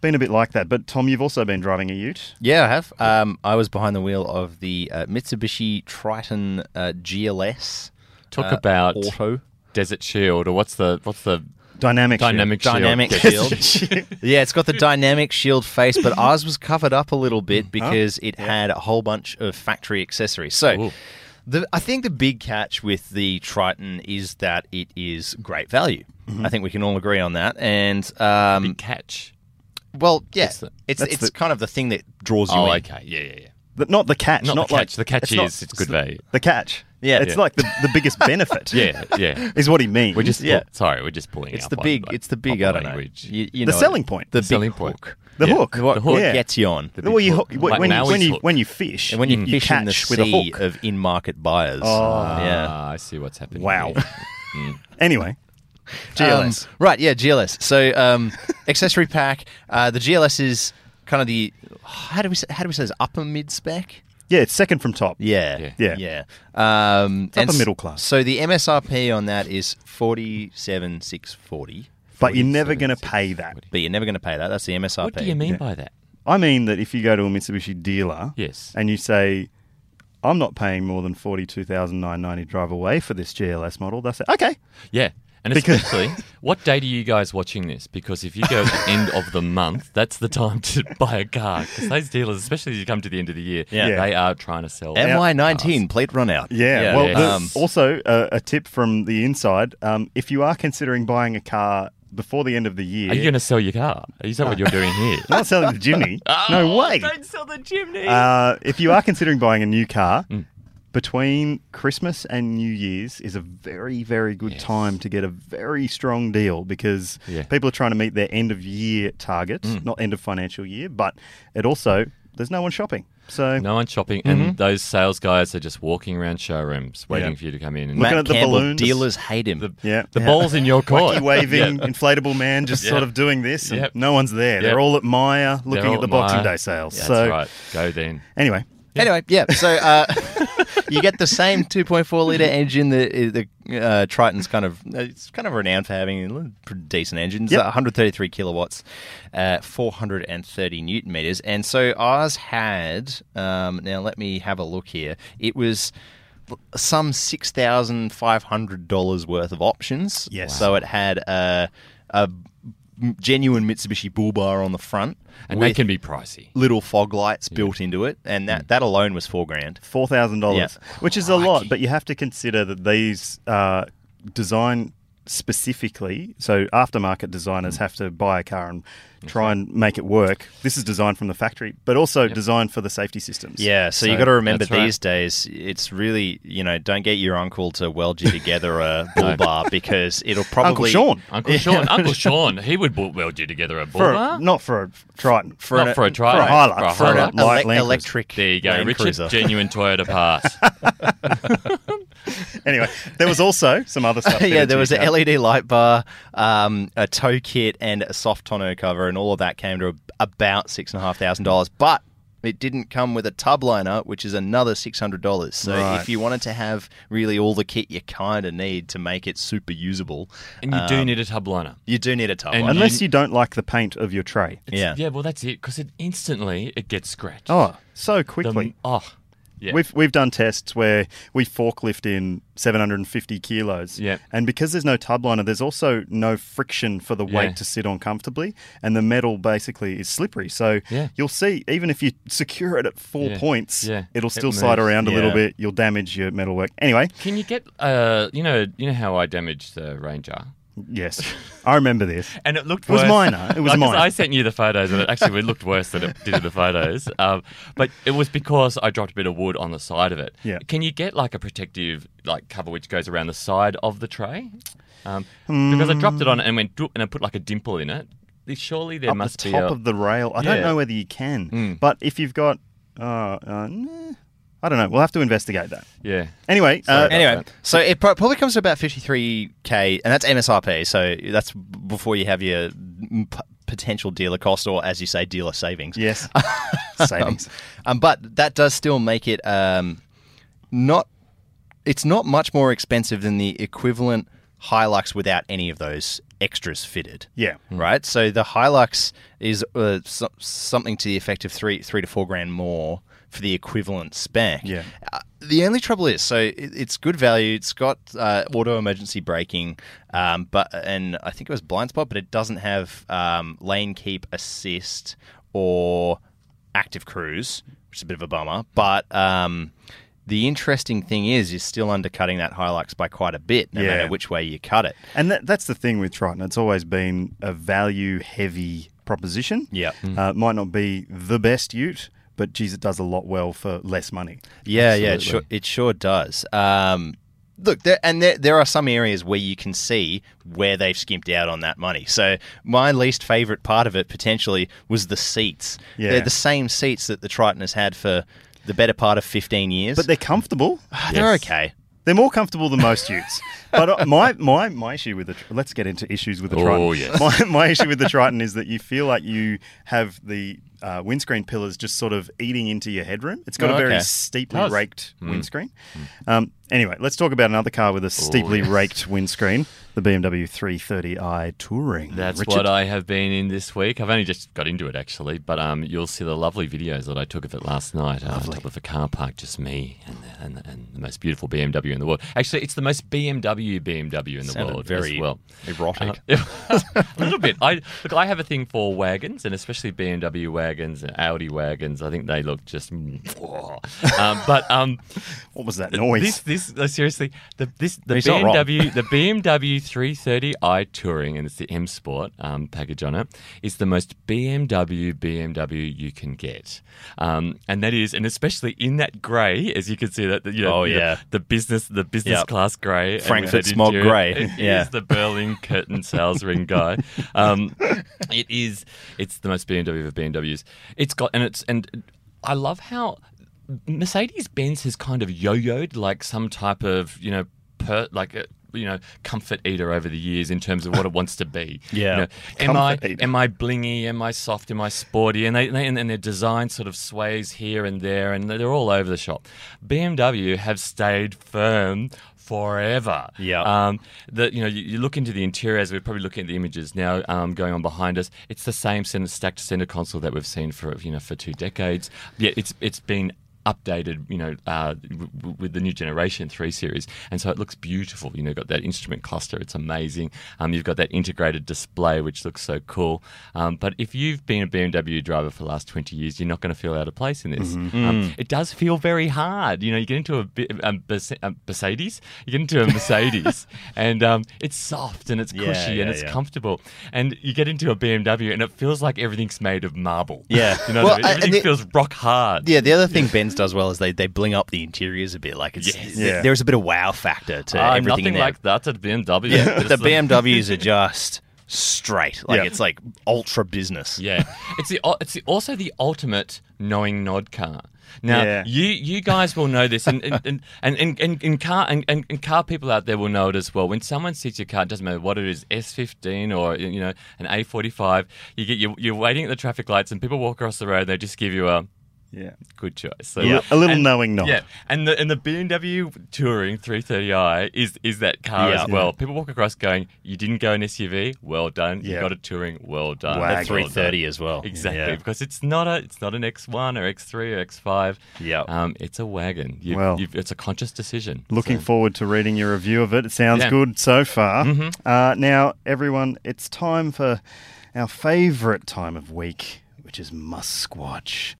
Speaker 1: been a bit like that. But Tom, you've also been driving a Ute.
Speaker 2: Yeah, I have. Um, I was behind the wheel of the uh, Mitsubishi Triton uh, GLS
Speaker 3: Talk
Speaker 2: uh,
Speaker 3: about
Speaker 2: auto
Speaker 3: Desert Shield, or what's the what's the
Speaker 1: Dynamic. Shield.
Speaker 3: dynamic shield?
Speaker 2: dynamic
Speaker 3: Yeah.
Speaker 2: shield. yeah, it's got the dynamic shield face, but ours was covered up a little bit because it had a whole bunch of factory accessories. So. The, I think the big catch with the Triton is that it is great value.
Speaker 1: Mm-hmm.
Speaker 2: I think we can all agree on that. And um,
Speaker 3: catch.
Speaker 2: Well, yeah, it's
Speaker 3: the-
Speaker 2: it's,
Speaker 1: that's the-
Speaker 2: kind of the thing that draws you
Speaker 3: Oh,
Speaker 2: in.
Speaker 3: okay. Yeah, yeah, yeah.
Speaker 1: The- not the catch.
Speaker 3: Not,
Speaker 1: Not,
Speaker 3: the
Speaker 1: like
Speaker 3: catch. the catch is
Speaker 1: not-
Speaker 3: it's good value.
Speaker 1: The catch.
Speaker 2: Yeah.
Speaker 1: It's
Speaker 2: Yeah.
Speaker 1: like the, the biggest benefit.
Speaker 3: Yeah, yeah.
Speaker 1: Is what he means.
Speaker 3: We're just
Speaker 2: Yeah.
Speaker 3: pull- sorry. We're just pulling.
Speaker 2: it's
Speaker 3: up
Speaker 2: the
Speaker 3: on,
Speaker 2: big,
Speaker 3: like,
Speaker 2: it's the big. I
Speaker 3: proper
Speaker 2: don't know.
Speaker 3: language.
Speaker 2: You, you
Speaker 1: The
Speaker 2: know
Speaker 1: selling
Speaker 2: it.
Speaker 1: point.
Speaker 2: The
Speaker 1: The
Speaker 2: big
Speaker 3: selling point.
Speaker 2: hook.
Speaker 1: the
Speaker 3: yeah.
Speaker 1: hook.
Speaker 2: The, what,
Speaker 3: The hook.
Speaker 1: Yeah.
Speaker 2: gets you on,
Speaker 1: Well, you,
Speaker 3: hook,
Speaker 1: when,
Speaker 3: like
Speaker 1: when, you,
Speaker 3: Maui's
Speaker 1: when, you,
Speaker 3: hook.
Speaker 1: when you fish,
Speaker 2: and when you, fish
Speaker 1: catch
Speaker 2: in the Um,
Speaker 1: with a
Speaker 2: sea uh,
Speaker 1: hook.
Speaker 2: of in-market buyers,
Speaker 1: Oh.
Speaker 2: yeah.
Speaker 3: Ah, I see what's happening.
Speaker 1: Wow.
Speaker 3: Yeah.
Speaker 1: Anyway, GLS.
Speaker 2: Um, right? Yeah, GLS. So um, accessory pack. Uh, the GLS is kind of the how do we say, how do we say this upper mid spec?
Speaker 1: yeah, it's second from top.
Speaker 2: Yeah,
Speaker 1: Yeah.
Speaker 2: yeah. Um,
Speaker 1: upper
Speaker 2: s-
Speaker 1: middle class.
Speaker 2: So the MSRP on that is forty-seven six forty,
Speaker 1: But you're never going to pay that.
Speaker 2: but you're never going to pay that. That's the MSRP.
Speaker 3: What do you mean by that?
Speaker 1: I mean that if you go to a Mitsubishi dealer
Speaker 3: Yes.
Speaker 1: and you say, I'm not paying more than forty two thousand nine ninety drive away for this GLS model. They say, okay,
Speaker 3: Yeah. And
Speaker 1: Because-
Speaker 3: especially, what date are you guys watching this? Because if you go at the end of the month, that's the time to buy a car. Because those dealers, especially as you come to the end of the year,
Speaker 2: Yeah.
Speaker 1: Yeah.
Speaker 3: they are trying to sell.
Speaker 2: MY19 plate run out.
Speaker 1: Yeah. well,
Speaker 3: yeah.
Speaker 1: the-
Speaker 3: Um,
Speaker 1: also uh, a tip from the inside: um, if you are considering buying a car before the end of the year,
Speaker 3: Are you going to sell your car? Is that what you're doing here?
Speaker 1: I'm not selling the Jimny.
Speaker 3: Oh,
Speaker 1: no way.
Speaker 3: Don't sell the chimney.
Speaker 1: Uh, if you are considering buying a new car.
Speaker 3: Mm.
Speaker 1: Between Christmas and New Year's is a very, very good
Speaker 3: Yes.
Speaker 1: time to get a very strong deal because
Speaker 3: Yeah. Mm.
Speaker 1: people are trying to meet their end of year target, not end of financial year, but it also, there's no one shopping. So,
Speaker 3: no one's shopping, and those sales guys are just walking around showrooms waiting
Speaker 1: mm-hmm. Yeah.
Speaker 3: for you to come in. And
Speaker 1: Looking
Speaker 2: Matt
Speaker 1: at the
Speaker 2: Campbell,
Speaker 1: balloons.
Speaker 2: dealers hate him.
Speaker 1: yeah.
Speaker 3: the ball's in your court.
Speaker 1: wacky waving
Speaker 3: Yeah.
Speaker 1: inflatable man just sort of doing this and
Speaker 3: Yep.
Speaker 1: no one's there
Speaker 3: Yep.
Speaker 1: they're all at Myer looking
Speaker 3: all
Speaker 1: at the
Speaker 3: at
Speaker 1: Boxing
Speaker 3: Myer.
Speaker 1: Day sales
Speaker 3: That's
Speaker 1: so
Speaker 3: right. Go then.
Speaker 1: anyway
Speaker 2: Anyway, yeah. So uh, you get the same 2.4 liter engine that uh, the uh, Triton's kind of it's kind of renowned for having a pretty decent engine. It's
Speaker 1: Yep.
Speaker 2: 133 kilowatts, uh, 430 newton meters, and so ours had. Um, now let me have a look here. It was. Some six thousand five hundred dollars worth of options.
Speaker 1: Yes.
Speaker 2: So it had a, a genuine Mitsubishi bull bar on the front,
Speaker 3: And
Speaker 2: with
Speaker 3: they can be pricey.
Speaker 2: little fog lights built into it, and that, that alone was four grand.
Speaker 1: four thousand dollars
Speaker 2: Yeah.
Speaker 1: which is a lot but you have to consider that these uh, design specifically so aftermarket
Speaker 3: Hmm.
Speaker 1: designers have to buy a car and try and make it work this is designed from the factory but also designed for the safety systems
Speaker 2: Yeah, so, you got to remember
Speaker 3: that's right.
Speaker 2: these days, it's really you know don't get your uncle to weld you together a bull bar because it'll probably
Speaker 1: Uncle Sean
Speaker 3: Uncle Sean, Uncle Sean, he would bu- weld you together a
Speaker 1: for
Speaker 3: bull
Speaker 1: a, not for a Triton
Speaker 2: for
Speaker 3: Not
Speaker 2: an-
Speaker 3: for a
Speaker 1: for
Speaker 3: Triton.
Speaker 1: a Hilux
Speaker 3: For a
Speaker 1: for a
Speaker 3: Hilux.
Speaker 1: light Land
Speaker 2: elec-
Speaker 1: Cruiser.
Speaker 2: electric
Speaker 3: There you go,
Speaker 2: Land
Speaker 3: Richard.
Speaker 2: Cruiser.
Speaker 3: Genuine Toyota pass.
Speaker 1: anyway there was also some other stuff
Speaker 2: yeah,
Speaker 1: fitted to
Speaker 2: there was
Speaker 1: your
Speaker 2: an
Speaker 1: car.
Speaker 2: LED light bar, um, a tow kit, and a soft tonneau cover, and all of that came to ab- about six and a half thousand dollars. But it didn't come with a tub liner, which is another six hundred dollars. So
Speaker 1: Right.
Speaker 2: if you wanted to have really all the kit you kind of need to make it super usable,
Speaker 3: and you
Speaker 1: Um,
Speaker 3: do need a tub liner.
Speaker 2: you do need a tub
Speaker 3: and
Speaker 2: liner.
Speaker 1: unless you don't like the paint of your tray
Speaker 2: yeah.
Speaker 3: Yeah, well, that's it, because it instantly it gets scratched.
Speaker 1: oh so
Speaker 3: The-
Speaker 1: quickly
Speaker 3: oh, yeah.
Speaker 1: We've we've done tests where we forklift in 750 kilos.
Speaker 3: Yeah.
Speaker 1: And because there's no tub liner, there's also no friction for the
Speaker 3: Yeah.
Speaker 1: weight to sit on comfortably, and the metal basically is slippery. So
Speaker 3: Yeah.
Speaker 1: you'll see, even if you secure it at four
Speaker 3: Yeah.
Speaker 1: points,
Speaker 3: Yeah.
Speaker 1: it'll
Speaker 3: It
Speaker 1: still slide
Speaker 3: moves.
Speaker 1: around a little
Speaker 2: Yeah.
Speaker 1: bit. You'll damage your metal work. Anyway,
Speaker 3: Can you get uh, you know, you know how I damaged the Ranger,
Speaker 1: yes, I remember this.
Speaker 3: and it looked
Speaker 1: It was
Speaker 3: worse.
Speaker 1: minor. It was
Speaker 3: Like, 'cause
Speaker 1: minor.
Speaker 3: I sent you the photos, and it actually it looked worse than it did in the photos. Um, but it was because I dropped a bit of wood on the side of it.
Speaker 1: Yeah.
Speaker 3: Can you get like a protective like cover which goes around the side of the tray? Um, Because I
Speaker 1: Mm.
Speaker 3: dropped it on it and went doop, and I put like a dimple in it. Surely there
Speaker 1: Up
Speaker 3: must
Speaker 1: the
Speaker 3: be
Speaker 1: top
Speaker 3: a,
Speaker 1: of the rail. I don't
Speaker 3: Yeah. Hmm.
Speaker 1: know whether you can, but if you've got, uh, uh, nah, I don't know. We'll have to investigate that.
Speaker 3: yeah.
Speaker 1: Anyway, uh,
Speaker 2: Anyway, so it pro- probably comes to about 53k, and that's MSRP. So that's before you have your mm, p- potential dealer cost, or as you say, dealer savings.
Speaker 1: yes, savings.
Speaker 2: Um, but that does still make it um, not. It's not much more expensive than the equivalent Hilux without any of those extras fitted.
Speaker 1: Yeah.
Speaker 2: Right. So the Hilux is uh, so- something to the effect of three, three to four grand more for the equivalent spec.
Speaker 1: Yeah.
Speaker 2: Uh, the only trouble is, so it, it's good value. It's got uh, auto emergency braking, um, but and I think it was blind spot, but it doesn't have um, lane keep assist or active cruise, which is a bit of a bummer. But um, the interesting thing is, you're still undercutting that Hilux by quite a bit, no
Speaker 1: Yeah.
Speaker 2: matter which way you cut it.
Speaker 1: And that, that's the thing with Triton. It's always been a value heavy proposition.
Speaker 2: Yeah.
Speaker 3: Hmm.
Speaker 1: Uh, it might not be the best ute, but geez, it does a lot well for less money.
Speaker 2: Yeah, yeah, it sure, it sure does. Um, look, there, and there, there are some areas where you can see where they've skimped out on that money. So my least favourite part of it potentially was the seats.
Speaker 1: Yeah.
Speaker 2: They're the same seats that the Triton has had for the better part of 15 years. Ah,
Speaker 1: But they're comfortable.
Speaker 2: they're okay.
Speaker 1: They're more comfortable than most utes. but uh, my, my my issue with the Tr- let's get into issues with the
Speaker 3: Oh,
Speaker 1: Triton.
Speaker 3: yes.
Speaker 1: My, my issue with the Triton is that you feel like you have the uh, windscreen pillars just sort of eating into your headroom. It's got
Speaker 2: Oh,
Speaker 1: a very
Speaker 2: okay.
Speaker 1: steeply
Speaker 3: Does.
Speaker 1: raked windscreen. Um, anyway, let's talk about another car with a steeply
Speaker 3: Oh, yes.
Speaker 1: raked windscreen, the BMW 330i Touring.
Speaker 3: That's
Speaker 1: Richard?
Speaker 3: what I have been in this week. I've only just got into it actually, but um, you'll see the lovely videos that I took of it last night uh, on top of a car park, just me and the, and, the, and the most beautiful BMW in the world. Actually, it's the most BMW BMW in the
Speaker 2: Sounded
Speaker 3: world
Speaker 2: very
Speaker 3: as well.
Speaker 2: erotic.
Speaker 3: Uh, a little bit. I look. I have a thing for wagons, and especially BMW wagons and Audi wagons. I think they look just. Um, but um,
Speaker 1: What was that noise?
Speaker 3: this, this, uh, seriously, the this the
Speaker 2: He's not wrong.
Speaker 3: BMW, the BMW 330i Touring, and it's the M Sport um, package on it. Is the most BMW BMW you can get, um, and that is, and especially in that grey, as you can see that you know,
Speaker 2: Oh,
Speaker 3: you know,
Speaker 2: yeah.
Speaker 3: the business, the business
Speaker 2: Yep.
Speaker 3: class grey, and
Speaker 2: Frankfurt
Speaker 3: with that
Speaker 2: smog
Speaker 3: interior.
Speaker 2: grey,
Speaker 3: It is
Speaker 2: yeah.
Speaker 3: the Berlin curtain sales ring guy. Um, it is. It's the most BMW of BMWs. It's got and it's and I love how Mercedes Benz has kind of yo-yoed like some type of you know per like. A, you know, comfort eater over the years in terms of what it wants to be.
Speaker 2: Yeah.
Speaker 3: You know, am I
Speaker 1: Comfort eater.
Speaker 3: am I blingy? Am I soft? Am I sporty? And they, they and, and their design sort of sways here and there, and they're all over the shop. BMW have stayed firm forever.
Speaker 2: Yeah.
Speaker 3: Um, the, you know, you, you look into the interior as we're probably looking at the images now um, going on behind us. It's the same center, stacked center console that we've seen for you know for two decades. Yet it's it's been updated, you know, uh, w- w- with the new generation three series, and so it looks beautiful. You know, you've got that instrument cluster. It's amazing. Um, you've got that integrated display, which looks so cool. Um, but if you've been a BMW driver for the last twenty years, you're not going to feel out of place in this.
Speaker 2: Mm-hmm. Mm.
Speaker 3: Um, it does feel very hard. You know, you get into a, bi- a, Merce- a Mercedes, you get into a Mercedes, and um, it's soft and it's
Speaker 2: Yeah,
Speaker 3: cushy and
Speaker 2: yeah,
Speaker 3: it's
Speaker 2: yeah.
Speaker 3: comfortable. And you get into a BMW, and it feels like everything's made of marble.
Speaker 2: Yeah.
Speaker 3: you know,
Speaker 2: Well,
Speaker 3: what I mean?
Speaker 2: I- and
Speaker 3: everything
Speaker 2: the-
Speaker 3: feels rock hard.
Speaker 2: Yeah, the other thing Benz does well is they, they bling up the interiors a bit. Like it's
Speaker 3: Yes.
Speaker 1: Yeah.
Speaker 2: there is a bit of wow factor to
Speaker 3: Ah,
Speaker 2: everything
Speaker 3: nothing
Speaker 2: in there.
Speaker 3: like that at BMW.
Speaker 2: But
Speaker 3: It's
Speaker 2: the
Speaker 3: like-
Speaker 2: BMWs are just straight. Like
Speaker 1: Yeah.
Speaker 2: it's like ultra business.
Speaker 3: Yeah, it's the uh, it's the, also the ultimate knowing nod car. Now
Speaker 1: Yeah.
Speaker 3: you you guys will know this, and and and, and, and, and, and car and, and, and car people out there will know it as well. When someone sees your car, it doesn't matter what it is, S fifteen or you know an A forty five, you get you you're waiting at the traffic lights, and people walk across the road, and they just give you a
Speaker 1: yeah.
Speaker 3: good choice. So,
Speaker 1: A li- A little
Speaker 3: and-
Speaker 1: knowing not.
Speaker 3: Yeah, and the and the BMW Touring 330i is is that car
Speaker 2: Yeah.
Speaker 3: as well. People walk across going, "You didn't go an SUV, well done. You
Speaker 1: Yeah.
Speaker 3: got a Touring, well
Speaker 1: Wagon.
Speaker 3: done." Well
Speaker 2: The
Speaker 3: done."
Speaker 2: three thirty as well.
Speaker 3: Exactly,
Speaker 2: Yeah.
Speaker 3: because it's not a it's not an X one or X three or X five.
Speaker 2: Yeah.
Speaker 3: um, it's a wagon. You've,
Speaker 1: Well.
Speaker 3: you've, it's a conscious decision.
Speaker 1: Looking
Speaker 3: So-
Speaker 1: forward to reading your review of it. It sounds
Speaker 3: Yeah. Mm-hmm.
Speaker 1: good so far. Uh, now, everyone, it's time for our favourite time of week, which is Musquatch.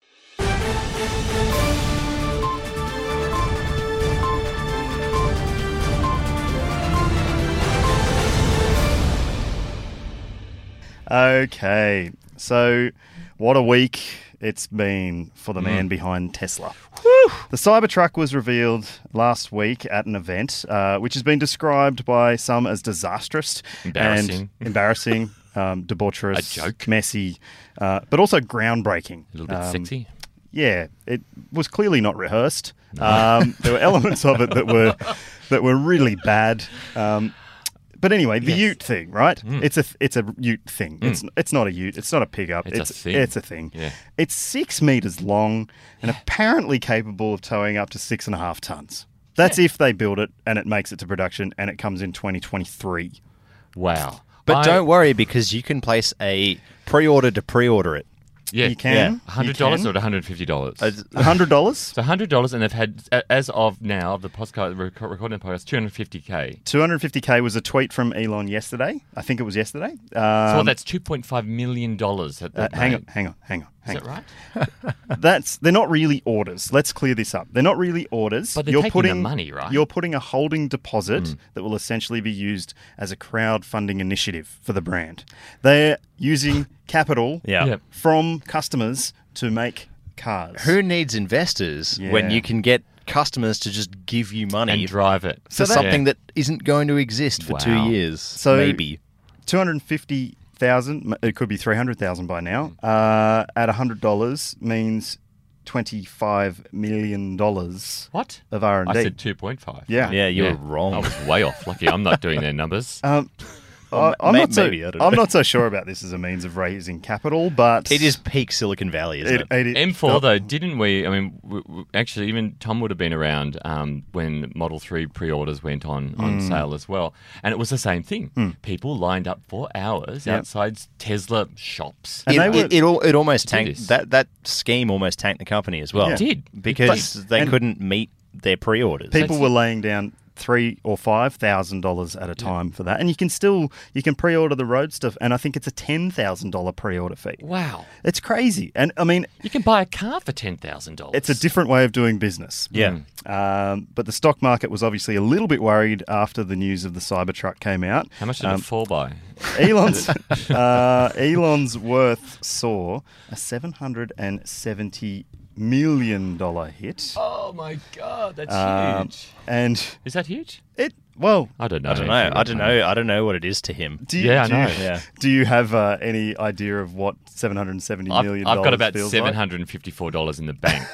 Speaker 1: Okay, so what a week it's been for the
Speaker 3: Mm.
Speaker 1: man behind Tesla. The Cybertruck was revealed last week at an event, uh, which has been described by some as disastrous,
Speaker 3: Embarrassing.
Speaker 1: and embarrassing, um, debaucherous,
Speaker 3: A joke.
Speaker 1: messy, uh, but also groundbreaking.
Speaker 3: a little bit
Speaker 1: Um,
Speaker 3: sexy.
Speaker 1: yeah, it was clearly not rehearsed. Um, there were elements of it that were that were really bad. Um, but anyway, the Ute thing, right?
Speaker 3: Mm.
Speaker 1: It's a it's a Ute thing. It's it's not a Ute. It's not a pickup.
Speaker 3: It's a thing.
Speaker 1: It's a thing.
Speaker 3: Yeah.
Speaker 1: It's six meters long and apparently capable of towing up to six and a half tons. That's if they build it and it makes it to production and it comes in 2023.
Speaker 3: Wow,
Speaker 2: But
Speaker 3: I-
Speaker 2: don't worry because you can place a pre-order to pre-order it.
Speaker 3: yeah,
Speaker 1: You can. you
Speaker 3: hundred dollars
Speaker 1: can.
Speaker 3: or one hundred fifty dollars.
Speaker 1: hundred dollars,
Speaker 3: So hundred dollars, and they've had a- as of now the podcast rec- recording the podcast two hundred fifty k.
Speaker 1: 250k was a tweet from Elon yesterday. I think it was yesterday. Um,
Speaker 3: So that's two point five million dollars. That
Speaker 1: Uh,
Speaker 3: they've
Speaker 1: hang
Speaker 3: made.
Speaker 1: on, hang on, hang on. Hang
Speaker 3: Is that
Speaker 1: on.
Speaker 3: right?
Speaker 1: That's they're not really orders. Let's clear this up. They're not really orders.
Speaker 3: But they're
Speaker 1: you're
Speaker 3: taking the
Speaker 1: putting
Speaker 3: money, right? Mm.
Speaker 1: You're putting a holding deposit that will essentially be used as a crowdfunding initiative for the brand. They're using capital
Speaker 2: Yeah.
Speaker 3: Yep.
Speaker 1: from customers to make cars.
Speaker 2: Who needs investors when
Speaker 1: Yeah.
Speaker 2: you can get customers to just give you money
Speaker 3: And drive it.
Speaker 2: for
Speaker 1: So that-
Speaker 2: something that isn't going to exist for two
Speaker 3: Wow.
Speaker 2: years?
Speaker 1: So-
Speaker 2: maybe.
Speaker 1: Two hundred fifty
Speaker 3: Mm.
Speaker 1: thousand. It could be three hundred thousand by now. Uh, at hundred dollars means $25 million of
Speaker 3: What?
Speaker 1: R&D.
Speaker 3: I said 2.5.
Speaker 1: yeah.
Speaker 2: Yeah, you
Speaker 3: Yeah.
Speaker 2: were wrong.
Speaker 3: I was way off. Lucky I'm not doing their numbers.
Speaker 1: Um, I, I'm,
Speaker 2: may-
Speaker 1: not so,
Speaker 2: maybe, I don't
Speaker 1: I'm
Speaker 2: know.
Speaker 1: not so sure about this as a means of raising capital, but
Speaker 2: It is peak Silicon Valley, isn't it?
Speaker 1: It, it,
Speaker 3: M4 though, didn't we? I mean, w w actually, even Tom would have been around um, when Model Three pre-orders went on on
Speaker 2: Mm.
Speaker 3: sale as well, and it was the same thing.
Speaker 2: Hmm.
Speaker 3: People lined up for hours outside Tesla shops.
Speaker 1: And
Speaker 2: it,
Speaker 1: they were-
Speaker 2: it, it, al- it almost
Speaker 3: did
Speaker 2: tanked
Speaker 3: this.
Speaker 2: that that scheme almost tanked the company as well.
Speaker 1: Yeah. It
Speaker 3: did.
Speaker 2: because
Speaker 1: But-
Speaker 2: they
Speaker 1: and-
Speaker 2: couldn't meet their pre-orders.
Speaker 1: people were laying down three or five thousand dollars at a time for that, and you can still you can pre-order the Roadster, and I think it's a ten thousand dollar pre-order fee.
Speaker 3: Wow,
Speaker 1: It's crazy, and I mean,
Speaker 3: you can buy a car for ten thousand dollars.
Speaker 1: it's a different way of doing business.
Speaker 2: yeah.
Speaker 1: Um, but the stock market was obviously a little bit worried after the news of the Cybertruck came out.
Speaker 3: How much did
Speaker 2: um,
Speaker 3: it fall by?
Speaker 1: Elon's uh, Elon's worth saw a seven hundred and seventy million dollar hit,
Speaker 3: Oh my god, that's
Speaker 2: uh,
Speaker 1: Um,
Speaker 3: huge.
Speaker 1: and
Speaker 3: Is that huge?
Speaker 1: it well.
Speaker 3: I don't know.
Speaker 2: I don't know. I don't know. I don't know what it is to him.
Speaker 1: Do you,
Speaker 3: Yeah, I
Speaker 1: do you-
Speaker 3: know.
Speaker 2: Yeah.
Speaker 1: Do you have uh, any idea of what seven hundred and seventy
Speaker 3: I've,
Speaker 1: million?
Speaker 3: I've got
Speaker 1: dollars
Speaker 3: about
Speaker 1: feels
Speaker 3: seven
Speaker 1: Like?
Speaker 3: hundred and fifty-four dollars in the bank.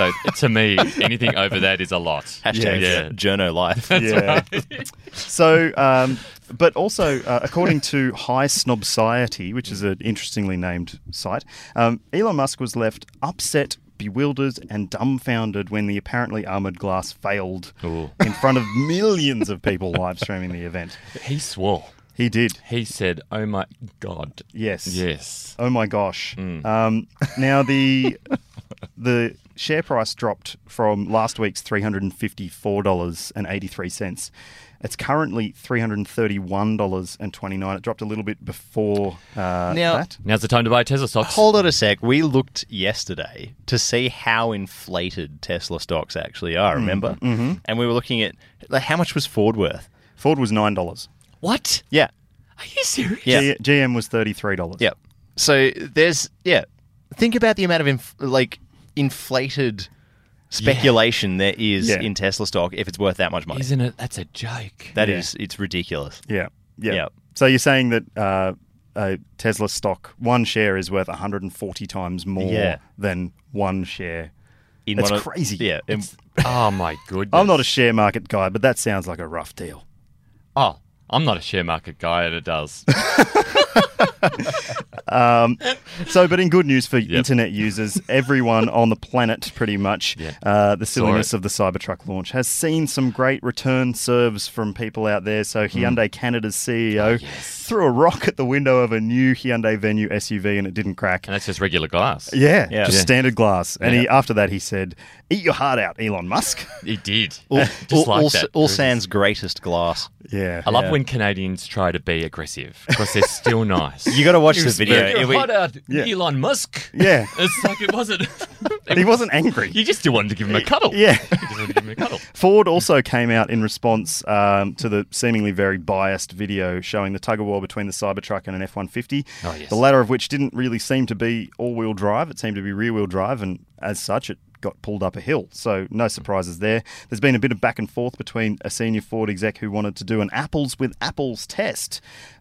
Speaker 3: so to me, anything over that is a lot.
Speaker 2: Hashtag
Speaker 3: Yeah.
Speaker 2: Journo life.
Speaker 1: Yeah. so, um, but also uh, according to High Snob Society, which is an interestingly named site, um, Elon Musk was left upset. Bewildered and dumbfounded when the apparently armored glass failed
Speaker 3: Ooh.
Speaker 1: in front of millions of people live streaming the event.
Speaker 3: He swore.
Speaker 1: He did.
Speaker 3: He said, "Oh my god."
Speaker 1: Yes.
Speaker 3: Yes.
Speaker 1: Oh my gosh!
Speaker 2: Mm.
Speaker 1: Um, now the the share price dropped from last week's three hundred and fifty four dollars and eighty three cents. It's currently three hundred and thirty one dollars and twenty nine. It dropped a little bit before uh,
Speaker 2: Now-
Speaker 1: that.
Speaker 3: Now's the time to buy Tesla stocks.
Speaker 2: Hold on a sec. We looked yesterday to see how inflated Tesla stocks actually are. Remember, mm-hmm. and we were looking at like, how much was Ford worth.
Speaker 1: Ford was nine dollars.
Speaker 3: what?
Speaker 2: Yeah,
Speaker 3: Are you serious?
Speaker 2: yeah,
Speaker 1: GM was thirty three dollars.
Speaker 2: yeah. So there's yeah. Think about the amount of inf- like inflated speculation there is
Speaker 1: Yeah.
Speaker 2: in Tesla stock if it's worth that much money.
Speaker 3: Isn't it? That's a joke.
Speaker 2: That is,
Speaker 1: Yeah.
Speaker 2: it's ridiculous.
Speaker 1: yeah, yeah.
Speaker 2: Yeah.
Speaker 1: So you're saying that uh, a Tesla stock one share is worth one hundred and forty times more
Speaker 2: Yeah.
Speaker 1: than one share.
Speaker 2: In
Speaker 1: That's
Speaker 2: one of-
Speaker 1: crazy.
Speaker 2: Yeah, in-
Speaker 3: oh my goodness.
Speaker 1: I'm not a share market guy, but that sounds like a rough deal.
Speaker 3: Oh, I'm not a share market guy, and it does.
Speaker 1: So, but in good news for internet users, everyone on the planet, pretty much, uh, the silliness of the Cybertruck launch has seen some great return serves from people out there. So, Hyundai Canada's CEO threw a rock at the window of a new Hyundai Venue SUV and it didn't crack.
Speaker 3: and that's just regular glass.
Speaker 1: Yeah,
Speaker 2: Yeah.
Speaker 1: just
Speaker 2: Yeah.
Speaker 1: standard glass. And he, after that, he said, "Eat your heart out, Elon Musk."
Speaker 3: It did.
Speaker 2: all,
Speaker 3: Just
Speaker 2: all,
Speaker 3: like
Speaker 2: all,
Speaker 3: that.
Speaker 2: all Sands' greatest glass.
Speaker 1: Yeah,
Speaker 3: I love when Canadians try to be aggressive because they're still nice.
Speaker 2: You got to watch the video.
Speaker 3: You're
Speaker 2: It- we-
Speaker 3: hot out,
Speaker 1: Yeah.
Speaker 3: Elon Musk.
Speaker 1: Yeah.
Speaker 3: It's like it wasn't.
Speaker 1: he wasn't angry.
Speaker 3: You just wanted to give him a cuddle.
Speaker 1: Yeah.
Speaker 3: You just wanted to give him a cuddle.
Speaker 1: Ford also came out in response um, to the seemingly very biased video showing the tug of war between the Cybertruck and an F 150,
Speaker 3: Oh, yes.
Speaker 1: the latter of which didn't really seem to be all wheel drive. It seemed to be rear wheel drive, and as such, it got pulled up a hill. So, no surprises there. There's been a bit of back and forth between a senior Ford exec who wanted to do an apples with apples test,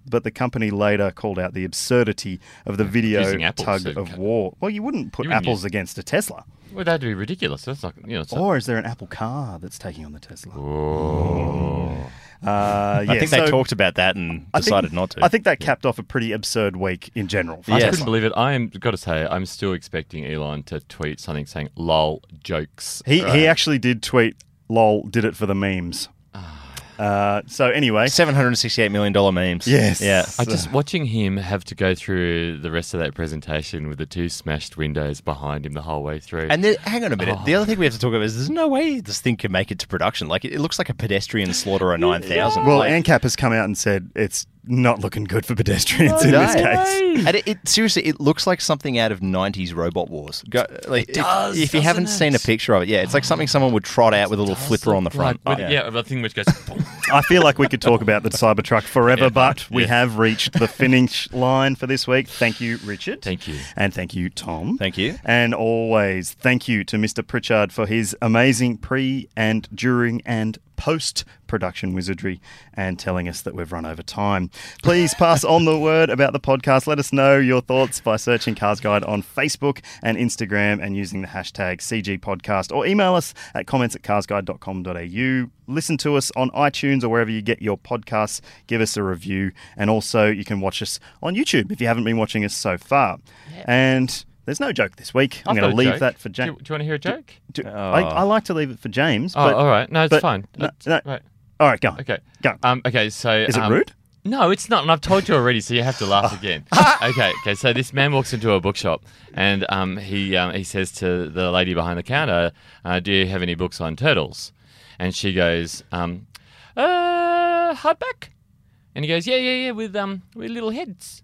Speaker 1: but the company later called out the absurdity of the video
Speaker 3: Using apples,
Speaker 1: tug
Speaker 3: so
Speaker 1: of
Speaker 3: ca-
Speaker 1: war. Well, you wouldn't put
Speaker 3: You wouldn't
Speaker 1: apples against a Tesla.
Speaker 3: Well, that'd be ridiculous. That's like, you know, it's
Speaker 1: Or is there an Apple car that's taking on the Tesla?
Speaker 3: Oh.
Speaker 1: Uh, yeah,
Speaker 2: I think
Speaker 1: so
Speaker 2: they talked about that and
Speaker 1: I think-
Speaker 2: decided not to.
Speaker 1: I think that capped off a pretty absurd week in general. for
Speaker 3: I
Speaker 2: Yes.
Speaker 1: Tesla.
Speaker 3: couldn't believe it. I am got to say, I'm still expecting Elon to tweet something saying "lol jokes."
Speaker 1: He he actually did tweet, "Lol, did it for the memes."
Speaker 2: Ah.
Speaker 1: Uh, so anyway,
Speaker 2: seven hundred sixty-eight million dollar memes.
Speaker 1: Yes.
Speaker 2: Yeah.
Speaker 3: I just watching him have to go through the rest of that presentation with the two smashed windows behind him the whole way through.
Speaker 2: And then, hang on a minute. The other thing we have to talk about is there's no way this thing can make it to production. Like it, it looks like a pedestrian slaughter of nine thousand.
Speaker 1: well,
Speaker 2: like,
Speaker 1: ANCAP has come out and said it's not looking good for pedestrians in this
Speaker 2: Oh, No.
Speaker 1: case.
Speaker 2: And it, it seriously, it looks like something out of '90s Robot Wars. Go, like, if-
Speaker 3: does,
Speaker 2: If, you haven't
Speaker 3: doesn't
Speaker 2: seen a
Speaker 3: it?
Speaker 2: picture of it, yeah, it's like something someone would trot out with a little flipper on the front.
Speaker 3: Like,
Speaker 2: Oh,
Speaker 3: with-
Speaker 2: yeah.
Speaker 3: yeah, the thing which goes. boom.
Speaker 1: I feel like we could talk about the Cybertruck forever, but we have reached the finish line for this week. Thank you, Richard.
Speaker 3: Thank you.
Speaker 1: And thank you, Tom.
Speaker 2: Thank you.
Speaker 1: And always thank you to Mr. Pritchard for his amazing pre and during and post production wizardry and telling us that we've run over time. Please pass on the word about the podcast. Let us know your thoughts by searching Cars Guide on Facebook and Instagram and using the hashtag CGPodcast or email us at comments at carsguide.com.au. Listen to us on iTunes or wherever you get your podcasts. Give us a review. And also, you can watch us on YouTube if you haven't been watching us so far. And. There's no joke this week. I'm
Speaker 3: I've
Speaker 1: going to
Speaker 3: got a
Speaker 1: leave
Speaker 3: joke.
Speaker 1: that for
Speaker 3: Do you,
Speaker 1: James.
Speaker 3: do you want to hear a joke?
Speaker 1: I, I like to leave it for James.
Speaker 3: Oh,
Speaker 1: but,
Speaker 3: all right. No, it's
Speaker 1: but-
Speaker 3: fine.
Speaker 1: no,
Speaker 3: It's-
Speaker 1: no.
Speaker 3: Right.
Speaker 1: All right, go. on.
Speaker 3: Okay.
Speaker 1: Go.
Speaker 3: Um, okay, so.
Speaker 1: Is it
Speaker 3: um,
Speaker 1: rude?
Speaker 3: No, it's not, and I've told you already, so you have to laugh again. okay, okay. So this man walks into a bookshop, and um, he um, he says to the lady behind the counter, uh, "Do you have any books on turtles?" And she goes, um, "Uh, hardback." And he goes, "Yeah, yeah, yeah, with um, with little heads."